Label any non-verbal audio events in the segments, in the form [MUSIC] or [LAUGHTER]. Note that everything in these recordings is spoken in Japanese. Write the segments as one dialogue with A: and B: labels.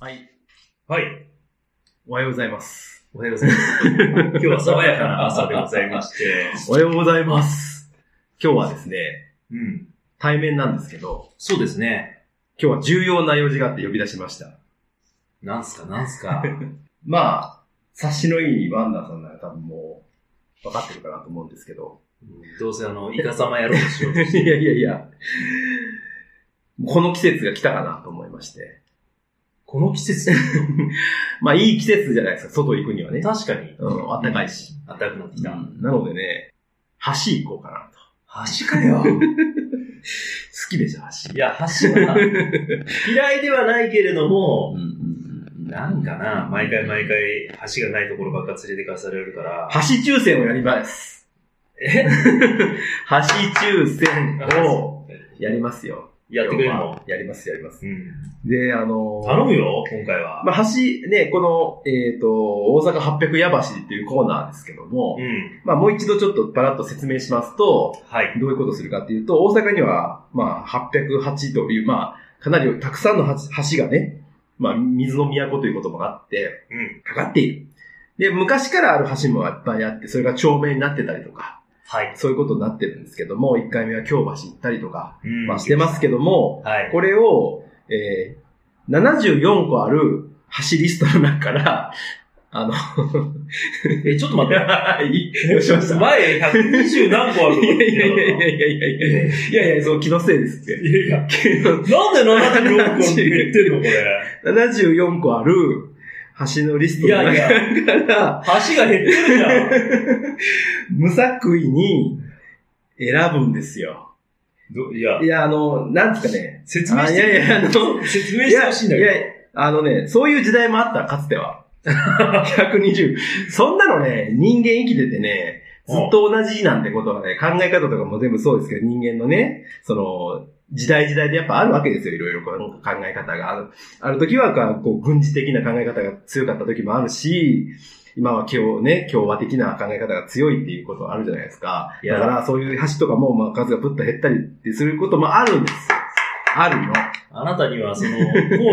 A: はい。
B: はい。
A: おはようございます。
B: おはようござい
A: [LAUGHS]
B: ます。今日は爽やかな朝でございまして。
A: おはようございます。今日はですね、
B: うん。
A: 対面なんですけど、
B: そうですね。
A: 今日は重要な用事があって呼び出しました。
B: なんすか、なんす
A: [LAUGHS]
B: か。
A: まあ、察しのいいワンダーさんなら多分もう、分かってるかなと思うんですけど。 [LAUGHS]
B: うんどうせあの、イカ様やろうとしよう
A: い
B: と
A: や
B: して。
A: いやいや、この季節が来たかなと思いまして。 [LAUGHS]
B: この季節、
A: まあ、いい季節じゃないですか、外行くにはね。
B: 確かに、
A: うん、暖かいし。
B: 暖かくなってきた。
A: うんなのでね、橋行こうかなと。
B: 橋か
A: [LAUGHS]
B: よ。
A: 好きでしょ、橋。
B: いや、橋は、嫌いではないけれども、
A: ん
B: なんかな、毎回毎回、橋がないところばっか連れてかされるから。
A: 橋抽選をやります。 [LAUGHS]
B: え
A: 橋抽選をやりますよ。
B: やってくれるの
A: やります、やります
B: う。ん。
A: で、あのー
B: 頼むよ、今回は。
A: まあ、橋、ね、この、えっ、と、大阪800矢橋っていうコーナーですけども、
B: うん。
A: まあ、もう一度ちょっとパラッと説明しますと、
B: はい。
A: どういうことをするかっていうと、大阪には、まあ、808という、まあ、かなりたくさんの橋橋がね、まあ、水の都ということもあって、
B: うん。
A: かかっている。で、昔からある橋もいっぱいあって、それが町名になってたりとか、
B: はい。
A: そういうことになってるんですけども、1回目は京橋行ったりとか、
B: うん
A: まあ、してますけども、
B: はい。
A: これを、えー、74個ある走りストの中から、あの、
B: え、ちょっと待って。
A: いいどうしました
B: 前120何個ある
A: いやいやいや
B: の
A: いやいやいやいやいやいや、そう気のせいですって。
B: いやいや。なんで76個って言ってんのこれ。
A: 74個ある橋のリス
B: い
A: トの
B: やい
A: 中
B: や、
A: から、
B: 橋が減ってるじゃん。
A: 無作為に選ぶんですよ。
B: どいや
A: い、や、あの、なんですかね。
B: 説明
A: あ
B: し
A: い
B: て、
A: やいや、あの、
B: 説明してほしいんだけ
A: いやいやあのね、そういう時代もあった、かつ
B: [LAUGHS]
A: ては。120。そんなのね、人間生きててね、ずっと同じなんてことはね、考え方とかも全部そうですけど、人間のね、その、時代時代でやっぱあるわけですよ、いろいろこう考え方が。あるある時はこう、こう軍事的な考え方が強かった時もあるし、今は今日ね、共和的な考え方が強いっていうことあるじゃないですか。
B: いや
A: だからそういう橋とかも、まあ、数がぶっと減ったりってすることもあるんです。ある
B: ど。
A: の。
B: あなたにはその、コ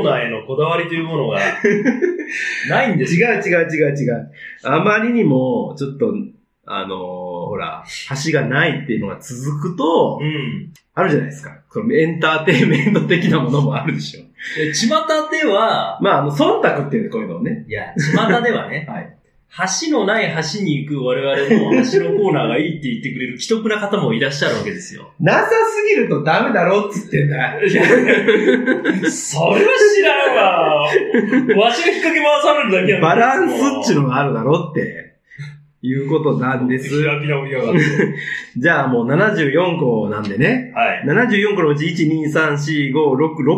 B: ーナーへのこだわりというものが、ないんですよ。
A: 違う違う違う違う。あまりにも、ちょっと、あのーほら、橋がないっていうのが続くと
B: う、ん。
A: あるじゃないですか。そのエンターテインメント的なものもあるでしょ。
B: で、巷では、
A: まあ、あの、忖度っていうねこういうのをね。
B: いや、巷 [LAUGHS] ではね、
A: はい。
B: 橋のない橋に行く我々も橋のコーナーがいいって言ってくれる既得な方もいらっしゃるわけですよ。
A: なさすぎるとダメだろうって言ってんだ。
B: いやそれは知らんわ。わしが引っ掛け回されるだけやん
A: バランスっちゅうのがあるだろうって。いうことなんです。
B: 開き直りやがって。
A: じゃあもう74個なんでね。
B: はい。
A: 74個のうち1、2、3、4、5、6、6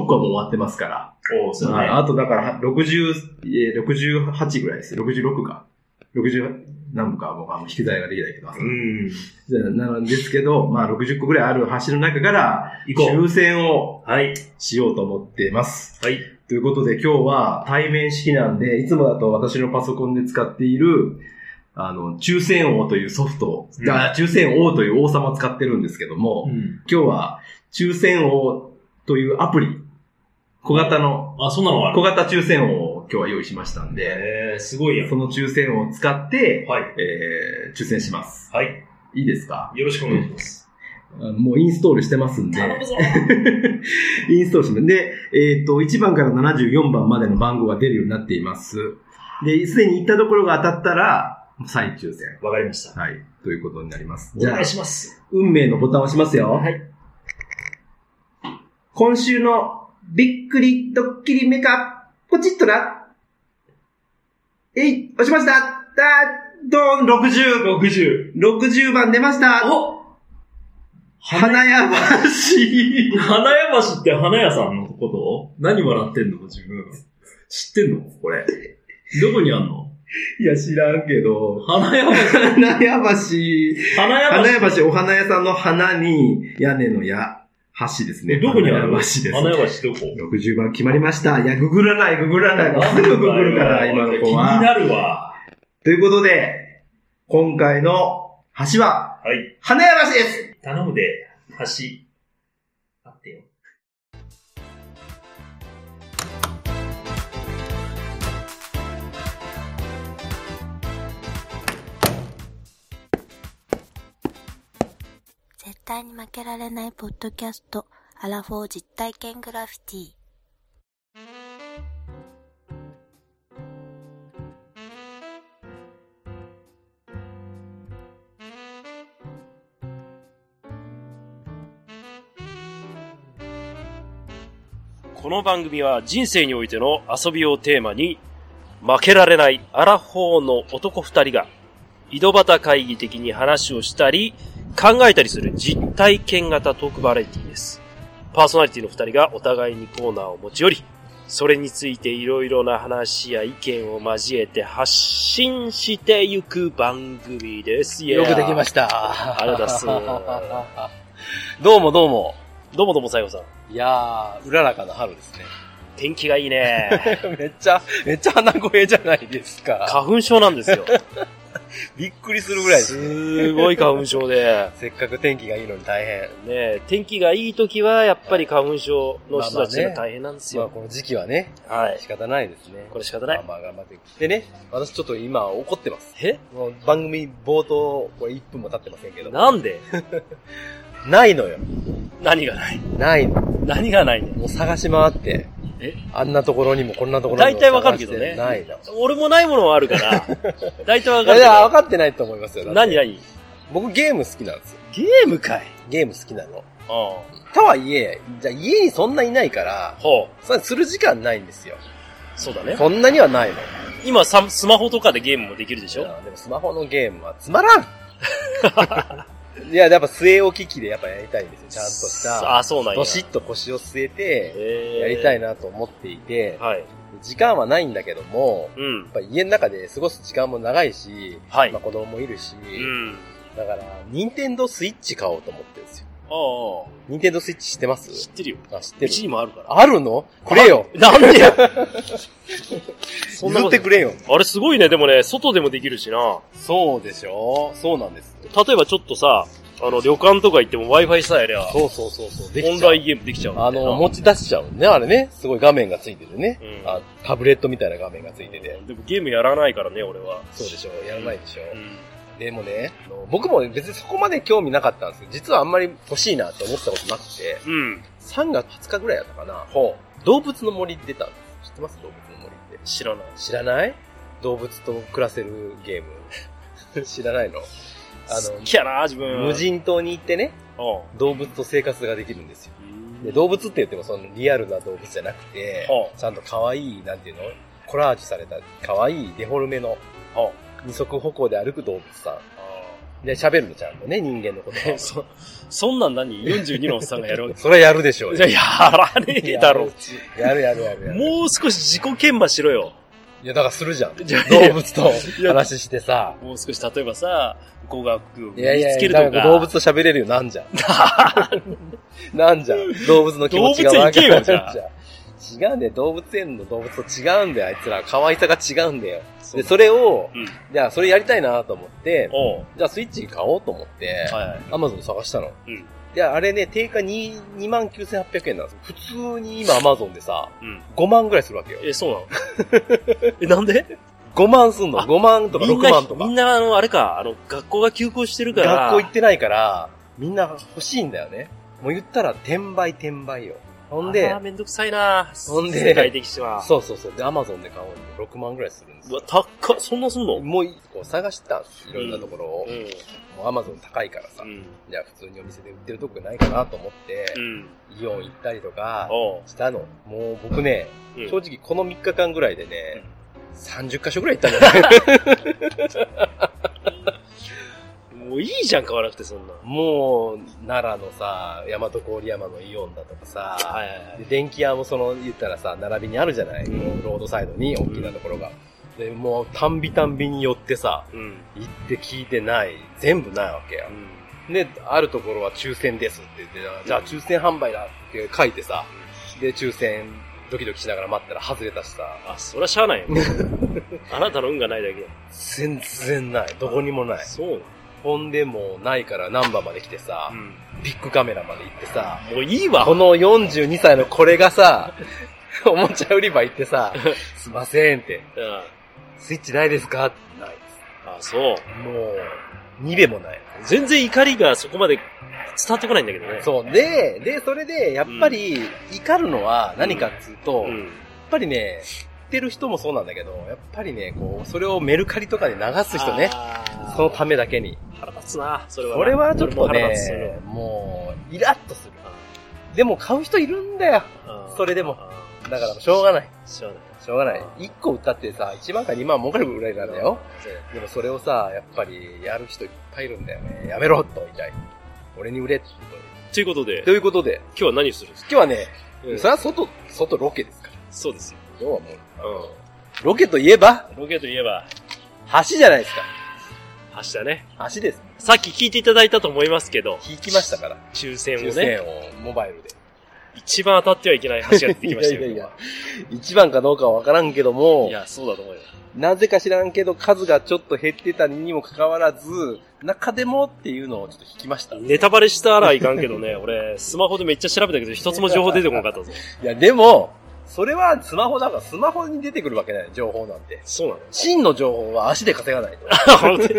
A: 個はもう終わってますから。
B: おう、そう
A: はい、
B: ね。
A: あとだから、60、えー68ぐらいです。66か。60何個かもうあの引き材ができないけど。
B: うん。
A: じゃあなんですけど、まあ60個ぐらいある橋の中から、
B: 行こ
A: 抽選を
B: う。はい。
A: しようと思っています。
B: はい。
A: ということで今日は対面式なんで、いつもだと私のパソコンで使っている、あの、抽選王というソフトを、
B: うん
A: あ抽選王という王様を使ってるんですけども、
B: うん。
A: 今日は抽選王というアプリ、小型の
B: あ、そんなのある
A: 小型抽選王を今日は用意しましたんで、
B: えー、すごいやん。
A: その抽選を使って、
B: はい。
A: えー、抽選します。
B: はい。
A: いいですか
B: よろしくお願いします。
A: もうインストールしてますんで、
B: 頼むぞ。
A: [LAUGHS] インストールしてます。で、えっ、と、1番から74番までの番号が出るようになっています。で、すでに行ったところが当たったら、再抽選。
B: わかりました。
A: はい。ということになります。
B: お
A: じゃ
B: 願
A: あ
B: い、します。
A: 運命のボタンを押しますよ。はい。今週のびっくりドッキリメカ、ポチッとな。えい、押しましただーどん !60!
B: 60。
A: 60番出ました
B: お
A: 花
B: [LAUGHS]
A: 屋橋
B: 花屋橋って花屋さんのこと何笑ってんの自分。知ってんのこれ。どこにあんの
A: いや、知らんけど。
B: 花屋橋。
A: 花屋橋。
B: 花屋橋。
A: 花屋橋、お花屋さんの花に、屋根の屋、橋ですね。
B: どこにある
A: 花屋橋です。
B: 花屋橋どこ
A: 60番決まりました。いや、ググらない、ググらない。すぐググるから、今の子
B: 気に
A: は。
B: なるわ。
A: ということで、今回の橋は、
B: はい。
A: 花屋橋です
B: 頼むで、橋。待ってよ。
C: 対に負けられないポッドキャスト、アラフォー実体験グラフィティ。
D: この番組は人生においての遊びをテーマに、負けられないアラフォーの男二人が、井戸端会議的に話をしたり、考えたりする実体験型トークバラエティです。パーソナリティの二人がお互いにコーナーを持ち寄り、それについていろいろな話や意見を交えて発信していく番組です。
A: よくできま
D: し
A: した。
D: ありがとうござい
A: どうもどうも。
D: た。どうもどうも、最後さん。
A: いやー、うららかな春ですね。 [LAUGHS]
D: 天気がいいね。
A: めっちゃ、めっちゃ鼻声じゃないです
D: [LAUGHS]
A: か。
D: 花粉症なんですよ。
A: びっくり [LAUGHS] するぐらいです。
D: すごい花粉症で。
A: せっかく天気がいいのに大変。
D: ねえ、天気がいい時は、やっぱり花粉症の人たちが大変なんです
A: まあ
D: よ。
A: この時期はね、
D: はい。
A: 仕方ないですね。
D: これ仕方な
A: まあ
D: い。
A: まあ頑張っていく。でね、私ちょっと今怒ってます。
D: え
A: もう番組冒頭、これ1分も経ってませんけど。
D: なんで
A: ないのよ。
D: 何がない
A: ないの。
D: 何がないね
A: もう探し回って。
D: え
A: あんなところにもこんなところにも。
D: 大体わかるけどね
A: ないの。
D: 俺もないものはある
A: [LAUGHS]
D: から、大体わ
A: い
D: か
A: や、
D: る
A: い
D: け
A: や分か
D: ど。
A: ってないと思いますよ。だって
D: 何何
A: 僕ゲーム好きなんですよ。
D: ゲームかい
A: ゲーム好きなの。
D: うん。ほ
A: とはいえ、じゃあ家にそんないないから、
D: う。
A: それする時間ないんですよ。
D: そうだね。
A: そんなにはないの。
D: 今さ、スマホとかでゲームもできるでし
A: い
D: ょ
A: やでもスマホのゲームはつま
D: [LAUGHS]
A: らんいや、やっぱ据え置き機でやっぱやりたいんですよ。ちゃんとした。
D: あ、そうなんや。
A: どしっと腰を据えて、
D: えー
A: やりたいなと思っていて、
D: はい。
A: 時間はないんだけども、
D: うん
A: やっ。ぱ家の中で過ごす時間も長いし、
D: はい
A: まあ子供もいるし、
D: うん。
A: だから、任天堂スイッチ買おうと思ってるんですよ。
D: ああ
A: 任天堂スイッチ知ってま
D: ああ、知
A: す
D: ってるよ。
A: あ、知って
D: う
A: る
D: ち。にもあるから。
A: あるのくれよ
D: なん
A: [LAUGHS]
D: でやそん
A: 譲
D: なこ
A: っ
D: と
A: てくれよ。
D: あれすごいね、でもね、外でもできるしな。
A: そうでしょそうなんです。
D: 例えばちょっとさ、あの、旅館とか行っても Wi-Fi さえありゃ、
A: そうそうそうそう。で
D: オ
A: き
D: ン
A: ちゃ
D: ラ
A: う
D: インゲームできちゃうんだ
A: あ
D: よな
A: の、持ち出しちゃうね、あれね。すごい画面がついててね。
D: うん
A: あタブレットみたいな画面がついてて。
D: でもゲームやらないからね、俺は。
A: そうでしょやらないでしょ、
D: うん。
A: でもね、あの僕も別にそこまで興味なかったんですよ。実はあんまり欲しいなって思ったことなくて、
D: うん。
A: 3月20日ぐらいだったかな。動物の森出たんです。知ってます動物の森って。
D: 知らない。
A: 知らない動物と暮らせるゲー [LAUGHS] ム。知らないの
D: 好
A: あ
D: きやな、自分。
A: の、無人島に行ってね、
D: うん。
A: 動物と生活ができるんですよ。
D: うん
A: で動物って言ってもそのリアルな動物じゃなくて、
D: はあ
A: ちゃんと可愛い、なんていうのコラージュされた可愛いデフォルメの
D: は
A: 二足歩行で歩く動物さ
D: あ
A: ん。で、喋るのちゃんとね、人間のこと
D: あ [LAUGHS] そ、そんなん何 ?42 のおっさんがやる [LAUGHS] わ
A: それはやるでしょう
D: け。
A: よ
D: じゃ、やらねえだろ。
A: やるやるやるやる。
D: もう少し自己研磨しろよ。
A: いや、だからするじゃん。
D: じゃあ
A: 動物と
D: いや
A: 話してさ。
D: もう少し、例えばさ、語学を身
A: い
D: に
A: やいや
D: つけ
A: い
D: るとか。
A: や、だから動物と喋れるよ、なん
D: [LAUGHS]
A: じゃん。なんじゃん。動物の気持ちがわか
D: 動物園行
A: る
D: けよじゃ
A: 違うんだよ、動物園の動物と違うんだよ、あいつら。可愛さが違うんだよ。で、それを、
D: うん。
A: じゃあ、それやりたいなと思って、
D: おう。
A: じゃあ、スイッチ買おうと思って、
D: はいはい。
A: アマゾン探したの。
D: うん。
A: で、あれね、定価2、29,800円なんですよ。普通に今アマゾンでさ、
D: うん。
A: 5万ぐらいするわけよ。
D: え、そうなの [LAUGHS] え、なんで
A: 5万すんの
D: あ
A: ?5 万とか
D: みん
A: 6
D: な
A: 万とか
D: みん。な、あの、あれか、あの、学校が休校してるから。
A: 学校行ってないから、みんな欲しいんだよね。もう言ったら、転売転売よ。ほんで
D: あー、めんどくさいな
A: ほんで
D: 世界的しは。
A: そうそうそう。で、アマゾンで買おうの6万ぐらいするんです
D: うわ
A: よ、。
D: 高っ、そんなすんのうん。
A: もう、こう探したんです。いろんなところを。もうアマゾン高いからさ
D: う。ん。
A: じゃあ、普通にお店で売ってるとこないかなと思って
D: う、ん。
A: イオン行ったりとか、
D: おう。
A: したの。もう僕ね、
D: うん
A: 正直この3日間ぐらいでね、30箇所ぐらい行ったんじゃ
D: [LAUGHS]
A: ない
D: もういいじゃん、買わなくて、そんな。
A: もう、奈良のさ、大和郡山のイオンだとかさ、
D: はいはいはい
A: で電気屋もその、言ったらさ、並びにあるじゃない、
D: うん
A: ロードサイドに大きなところが。で、もう、たんびたんびに寄ってさ、
D: うん。
A: 行って聞いてない。全部ないわけよ。で、あるところは抽選ですって言って、じゃあ抽選販売だって書いてさ、で、抽選ドキドキしながら待ったら外れたしさ、
D: あ、そりゃしゃ
A: [LAUGHS]
D: あないよ。あなたの運がないだけ
A: 全然ない。どこにもない。
D: そう
A: ほんでもうないからナンバーまで来てさ
D: な、ん。
A: ビッグカメラまで行ってさ、
D: もういいわ。
A: この42歳のこれがさ、 [LAUGHS] おもちゃ売り場行って
D: [LAUGHS]
A: さ、すいませんって、
D: うん。
A: スイッチないですかないで
D: あ、そう。
A: す。もう、にべもない。
D: 全然怒りがそこまで伝わってこないんだけどね。
A: そう。で、で、それで、やっぱり、怒るのは何かっつうと、
D: う
A: やっ
D: ん。
A: ぱりね、知ってる人もそうなんだけど、やっぱりね、こう、それをメルカリとかで流す人ね。
D: あー
A: そのためだけに。
D: 腹立つな、それはな。
A: それはちょっと
D: 俺も腹立つそれは
A: ね、もう、イラッとする。でも買う人いるんだよ。
D: あー
A: それでも
D: あー
A: だからしょうがない。
D: しょうがない。
A: しょうがない。1個売ったってさ、1万か2万儲かるぐらいなんだよ。
D: そう
A: でもそれをさ、やっぱり、やる人いっぱいいるんだよね。やめろと言いたい。俺に売れって。
D: ということで、
A: とい
D: 今
A: うことで、
D: 日は何をするんですか
A: 今日はね、
D: うん
A: それは外、外ロケですから。
D: そうですよ。
A: 今日はもう、ロケといえば、
D: ロケといえば、
A: 橋じゃないですか。
D: 明日ね。
A: 橋です。
D: さっき聞いていただいたと思いますけど、
A: 引きましたから。
D: 抽選を
A: 抽
D: ね、
A: 選をモバイルで。
D: 一番当たってはいけない橋が出てきましたよ。
A: いやいやい
D: 今日
A: や
D: は
A: 一番かどうかはわからんけども、
D: いや、そうだと思うよ。
A: なぜか知らんけど数がちょっと減ってたにもかかわらず、中でもっていうのをちょっと引きました。
D: ネタバレしたらいかんけ
A: [LAUGHS]
D: どね、俺、スマホでめっちゃ調べたけど、一つも情報出てこなかったぞ。
A: いや、でも、それはスマホだから、スマホに出てくるわけない、情報なんて。
D: そうなの [LAUGHS]
A: 真の情報は足で稼がないと。だ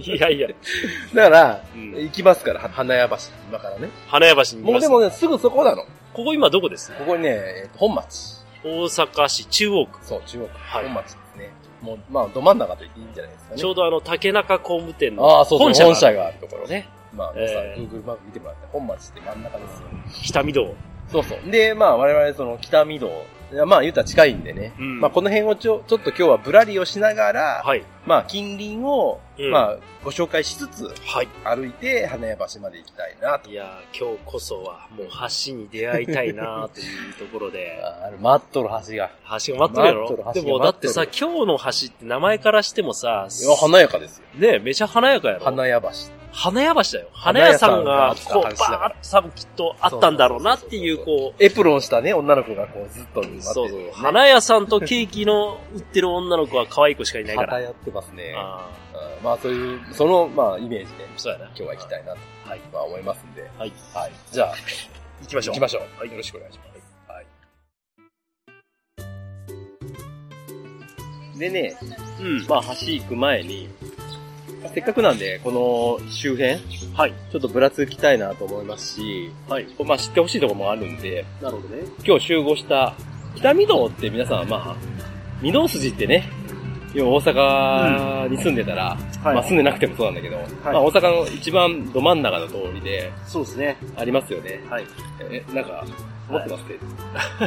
D: いやいや。
A: から、
D: うん
A: 行きますから、は花屋橋、今からね。
D: 花屋橋にい
A: も
D: ま。
A: うですもね、すぐそこなの。
D: ここ今どこです
A: ここにね、えっと本町。
D: 大阪市中央区。
A: そう、中央区。
D: はい
A: 本町ですね。もう、まあ、ど真ん中と言っていいんじゃないですかね。
D: ちょうどあの、竹中工務店の
A: ああ、そうそう、本
D: 本社がある
A: 社があるところね。
D: ね、
A: まあ、
D: えー
A: 皆さん、Google マップ見てもらって、本町って真ん中ですよ。
D: 北見道。
A: そうそう。で、まあ我々その北見道、いやまあ言うたら近いんでね。
D: うん
A: まあこの辺をちょちょっと今日はぶらりをしながら、
D: はい。
A: まあ近隣を、
D: うん
A: まあご紹介しつつ
D: はい。
A: 歩いて花屋橋まで行きたいなと。
D: いやー、今日こそは、もう橋に出会いたいなー
A: [LAUGHS]
D: というところで。
A: あある、マットの橋が。
D: 橋が待っとるや
A: 待っとる橋
D: ろ
A: が
D: でもだってさ、
A: 待
D: 今日の橋って名前からしてもさ、
A: いや華やかですよ。
D: ねめちゃ華やかやろ
A: 花屋橋。
D: 花屋橋だよ。花屋さんが、こ
A: 花
D: う、バ
A: 屋さんがあ
D: ー
A: っ
D: ッと多分きっとあったんだろうなっていう、
A: そうそう
D: こ
A: エプロンしたね、女の子がこうずっと待って
D: う、
A: る
D: そうそう。
A: 花
D: 花屋さんとケーキの売ってる女の子は可愛い子しかいない
A: 屋
D: から。
A: やってますね。
D: あ
A: うんまあそういう、その、まあイメージで
D: ーそうやな。
A: 今日は行きたいなと、
D: はい
A: まあ思いますんで。
D: はい。
A: はい。じゃあ、
D: 行きましょう。
A: 行きましょう。
D: はい
A: よろしくお願いします。はい。でね、
D: うん。
A: まあ橋行く前に、せっかくなんで、この周辺、
D: はい。
A: ちょっとぶらつきたいなと思いますし、
D: はい。
A: まあ知ってほしいところもあるんで、
D: なるほどね。
A: 今日集合した北御堂って皆さんはまあ、御堂筋ってね、要は大阪に住んでたら、
D: はい
A: まあ住んでなくてもそうなんだけど、まあ大阪の一番ど真ん中の通りで、
D: そうですね。
A: ありますよね。
D: はい。
A: え、なんか、持ってます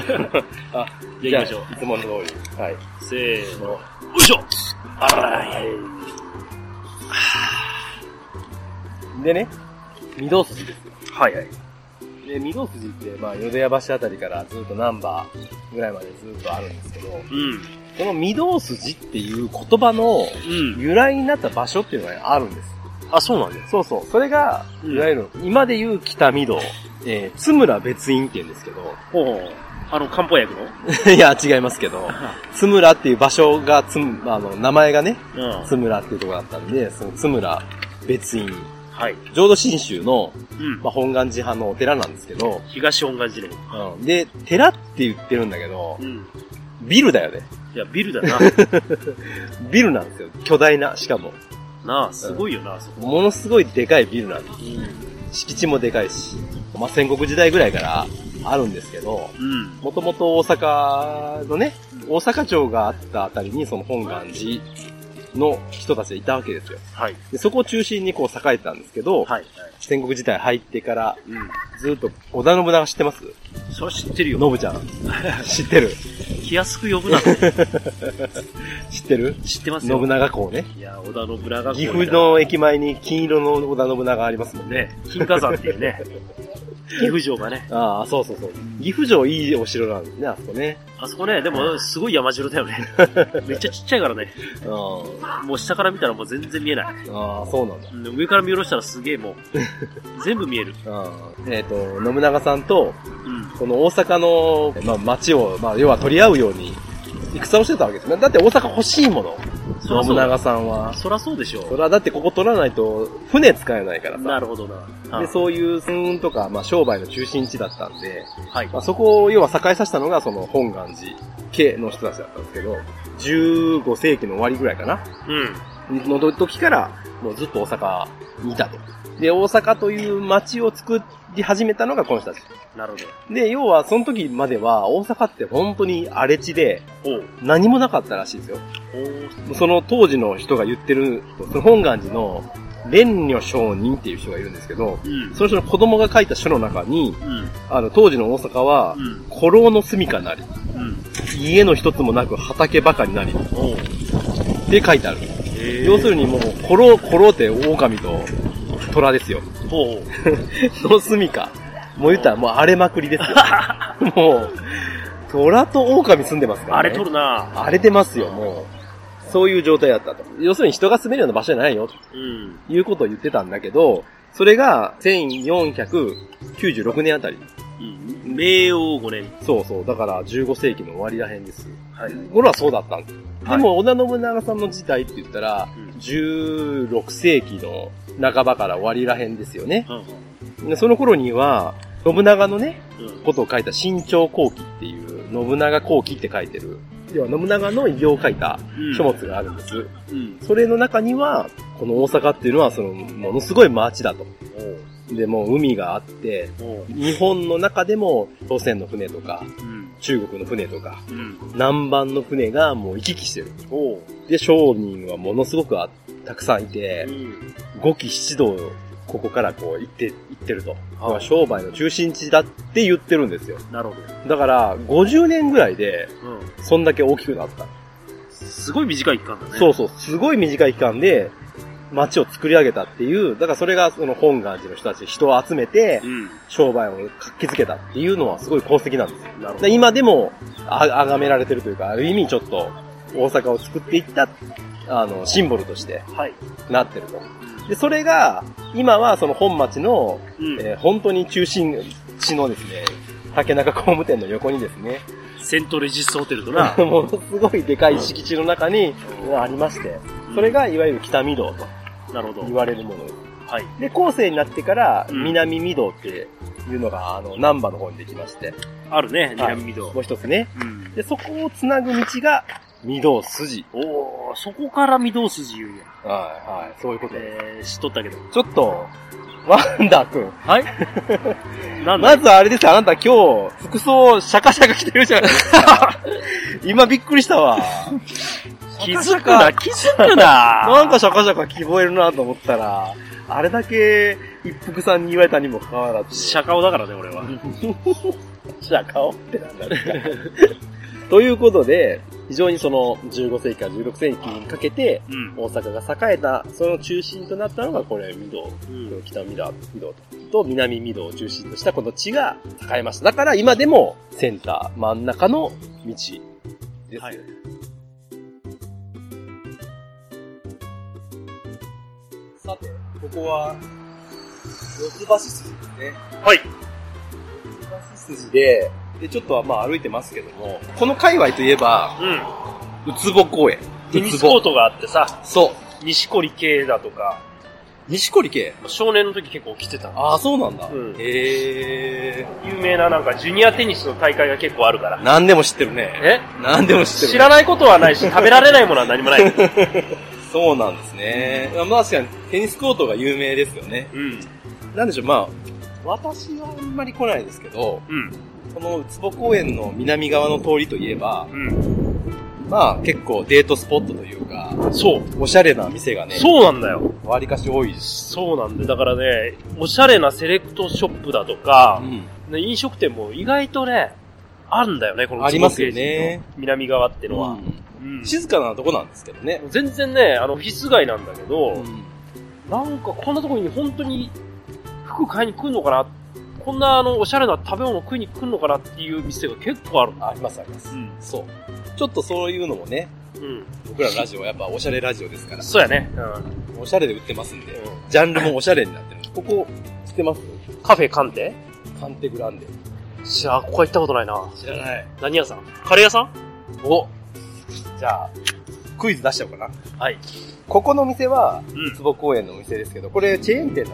A: ね。 [LAUGHS] あ、
D: じゃあ行きましょう
A: いつもの通り。はい。
D: せーの。よいしょあらーい。
A: でね、御堂筋ですよ。
D: はいはい。
A: で、御堂筋って、まあ、淀屋橋あたりからずっと難波ぐらいまでずっとあるんですけど、
D: うん。
A: この御堂筋っていう言葉の
D: うん。
A: 由来になった場所っていうのがあるんです。
D: あ、そうなんです。
A: そうそう。それが、
D: うん
A: いわゆる、今で言う北御堂、えー、津村別院って言うんですけど、
D: ほうほう。あの、漢方薬
A: [LAUGHS]
D: の
A: いや、違いますけ [LAUGHS] ど、津村っていう場所が、つむあの、名前がね、
D: うん。
A: 津村っていうところだったんで、その津村別院、
D: はい。
A: 浄土真宗の、
D: うん。
A: まあ、本願寺派のお寺なんですけど、
D: 東本願寺の。
A: うん、で、寺って言ってるんだけど
D: う、ん。
A: ビルだよね。
D: いや、ビルだな。
A: [LAUGHS] ビルなんですよ。巨大な、しかも。
D: なあ、すごいよな、あそこ。
A: ものすごいでかいビルなんです。
D: うん。
A: 敷地もでかいし、まあ、戦国時代ぐらいからあるんですけど、
D: うん。
A: もともと大阪のね、大阪城があったあたりにその本願寺の人たちがいたわけですよ。
D: はい。
A: でそこを中心にこう栄えてたんですけど、
D: はい。
A: 戦国時代入ってから
D: う
A: ずっと織田信長知ってます
D: ん。それ知ってるよ。
A: ノブちゃ
D: [LAUGHS]
A: ん。知ってる
D: 気安く呼
A: [LAUGHS]
D: ぶなって
A: 知ってる
D: 知ってますよ。
A: 信長公ね。
D: いや、織田信長公
A: 岐阜の駅前に金色の織田信長ありますもんね。
D: ね、金華山ってい
A: [LAUGHS]
D: うね、岐阜城がね。
A: ああ、そうそうそう。岐阜城いいお城なんですね、あそこね。
D: あそこね、でも、すごい山城
A: [LAUGHS]
D: だよね。めっちゃちっちゃいからね。
A: うん。あ
D: もう下から見たらもう全然見えない。
A: あ、そうなんだ。
D: うん上から見下ろしたらすげえも
A: [LAUGHS]
D: う、全部見える。
A: うんえっ、と、信長さんと、
D: うん。
A: この大阪の、まあ、町を、まあ、要は取り合うように、戦をしてたわけですね。だって大阪欲しいも
D: そら
A: の。
D: そ
A: 信
D: うだ。
A: 長さんは。
D: そらそうでしょ
A: それはだってここ取らないと、船使えないから
D: な
A: さ。
D: るほどな。
A: で、そういう、運とか、まあ、商売の中心地だったんで、
D: うん。はい
A: ま。あ、そこを、要は栄えさせたのが、その、本願寺系の人たちだったんですけど、15世紀の終わりぐらいかな。
D: うん。
A: の時から、もうずっと大阪にいたと。で、大阪という街を作り始めたのがこの人たち。
D: なるほど。
A: で、要はその時までは大阪って本当に荒れ地で、
D: おう。
A: 何もなかったらしいですよ。
D: おう
A: その当時の人が言ってる、その本願寺の蓮女商人っていう人がいるんですけど、
D: うん。
A: その人の子供が書いた書の中に、
D: うん。
A: あの、当時の大阪は
D: う、ん。
A: 古老の住処なり、
D: うん。
A: 家の一つもなく畑ばかりなり、っ
D: おう。
A: て書いてある。
D: え
A: 要するにもう、古老、古老って狼と虎です [LAUGHS] よ。
D: に、ほう。
A: の住処。もう言ったらもう荒れまくり [LAUGHS] ですよ。もう、虎と狼住んでますから、
D: あ
A: ね。
D: れ取るな
A: 荒れてますよ、もう。そういう状態だったと。要するに人が住めるような場所じゃないよ、と
D: うん。
A: いうことを言ってたんだけど、それが1496年あたり。
D: うん。明王五年。
A: そうそう、だから15世紀の終わりらへんです。
D: はい。
A: 頃はそうだったんです。
D: は
A: で
D: い
A: も、織田信長さんの時代って言ったら、
D: うん
A: 16世紀の半ばから終わりらへんですよね。
D: うん。
A: でその頃には、信長のね、
D: うん。
A: ことを書いた新潮後期っていう、信長後期って書いてる。要は信長の偉業を書いた書物があるんです。
D: うん。
A: それの中には、この大阪っていうのは、その、ものすごい街だと。で、もう海があって、
D: おう。
A: 日本の中でも、朝鮮の船とか、
D: うん。
A: 中国の船とか、
D: うん。
A: 南蛮の船がもう行き来してる。
D: おう。
A: で、商人はものすごくあたくさんいて
D: う、ん。
A: 五期七道、ここからこう行って、行ってると。
D: はい
A: 商売の中心地だって言ってるんですよ。
D: なるほ
A: だから、50年ぐらいで、
D: ど。うん。
A: そんだけ大きくなった。
D: すごい短い期間だね。
A: そうそう、すごい短い期間で、街を作り上げたっていう、だからそれがその本願寺の人たち、人を集めて
D: う、ん。
A: 商売を活気づけたっていうのはすごい功績なんですよ。
D: なるほど
A: で。今でも、あ、あがめられてるというか、ある意味ちょっと、大阪を作っていった、あの、シンボルとして
D: はい。
A: なってると。で、それが、今はその本町の、
D: うん。
A: えー本当に中心地のですね、竹中工務店の横にですね、
D: セントレジスホテルとな。
A: [LAUGHS] ものすごいでかい敷地の中に、ありまして、それがいわゆる北御堂と
D: なるほ
A: 言
D: ど。
A: われるものです。
D: はい。
A: で、後世になってから、
D: うん
A: 南御堂っていうのが、あの、南波の方にできまして、
D: あるね、南御
A: も
D: 堂。
A: う一つね。
D: うん。
A: で、そこをつなぐ道が、御堂筋。
D: おー、そこから御堂筋言うんや。
A: はい、はい、そういうことで
D: えー、知っとったけど。
A: す。ちょっと、ワンダー君。
D: はい。なん
A: [LAUGHS]
D: だ
A: まずあれですよ、あなた今日、服装、シャカシャカ着てるじゃないです
D: [LAUGHS]
A: か。今びっくりしたわ。
D: 気づくな、気づく
A: [LAUGHS]
D: な。
A: なんかシャカシャカ聞こえるなと思ったら、あれだけ一服さんに言われたにもかかわらず。
D: シャカオだからね、俺は。
A: シャカオってなんだろう [LAUGHS] ということで、非常にその15世紀から16世紀にかけて、
D: うん。
A: 大阪が栄えた、その中心となったのがこれ、御堂、
D: うん。
A: 北御堂御堂と南御堂を中心としたこの地が栄えました。だから今でもセンター、真ん中の道です。
D: はい
A: さて、ここは、四つ橋筋ですね。
D: はい。
A: 筋で、で、ちょっとはまあ歩いてますけども、この界隈といえば、
D: うん。
A: うつぼ公園。
D: テニスコートがあってさ、
A: そう。
D: 錦織圭だとか、
A: 錦織系。
D: 少年の時結構来てたの。
A: ああ、そうなんだ。
D: うん
A: へえ。
D: 有名ななんかジュニアテニスの大会が結構あるから。
A: 何でも知ってるね。
D: え
A: 何でも知ってる。
D: 知らないことはないし、食べられないものは何も
A: [LAUGHS]
D: ない。う
A: そうなんですね。まあ確かにテニスコートが有名ですよね。
D: ん。
A: なんでしょう、まあ、私はあんまり来ないですけど、
D: うん。
A: このウツボ公園の南側の通りといえば、
D: うん。
A: まあ結構デートスポットというか、
D: そう。
A: おしゃれな店がね、
D: そうなんだよ。
A: わりかし多いし。
D: そうなんで、だからね、おしゃれなセレクトショップだとか、
A: ん。
D: ね飲食店も意外とね、あるんだよね、この
A: ありますよね
D: 坪倉市の南側ってのは。うん
A: 静かなとこなんですけどね。
D: 全然ね、あの、オフィス街なんだけど、
A: うん
D: なんかこんなとこに本当に服買いに来んのかな、こんなあの、おしゃれな食べ物食いに来んのかなっていう店が結構あるんだ。
A: ありますあります
D: う。ん。
A: そう。ちょっとそういうのもね、
D: うん。
A: 僕らのラジオはやっぱおしゃれラジオですから、
D: そうやね。うん。
A: おしゃれで売ってますんで、ジャンルもおしゃれになってる。ここ、知ってます
D: カフェ鑑定
A: カンテグランデ。
D: 知らん、ここは行ったことないな。
A: 知らない。
D: 何屋さんカレー屋さん
A: おじゃあ、クイズ出しちゃおうかな。
D: はい。
A: ここの店は、
D: うん。
A: 坪公園のお店ですけど、これチェーン店なんで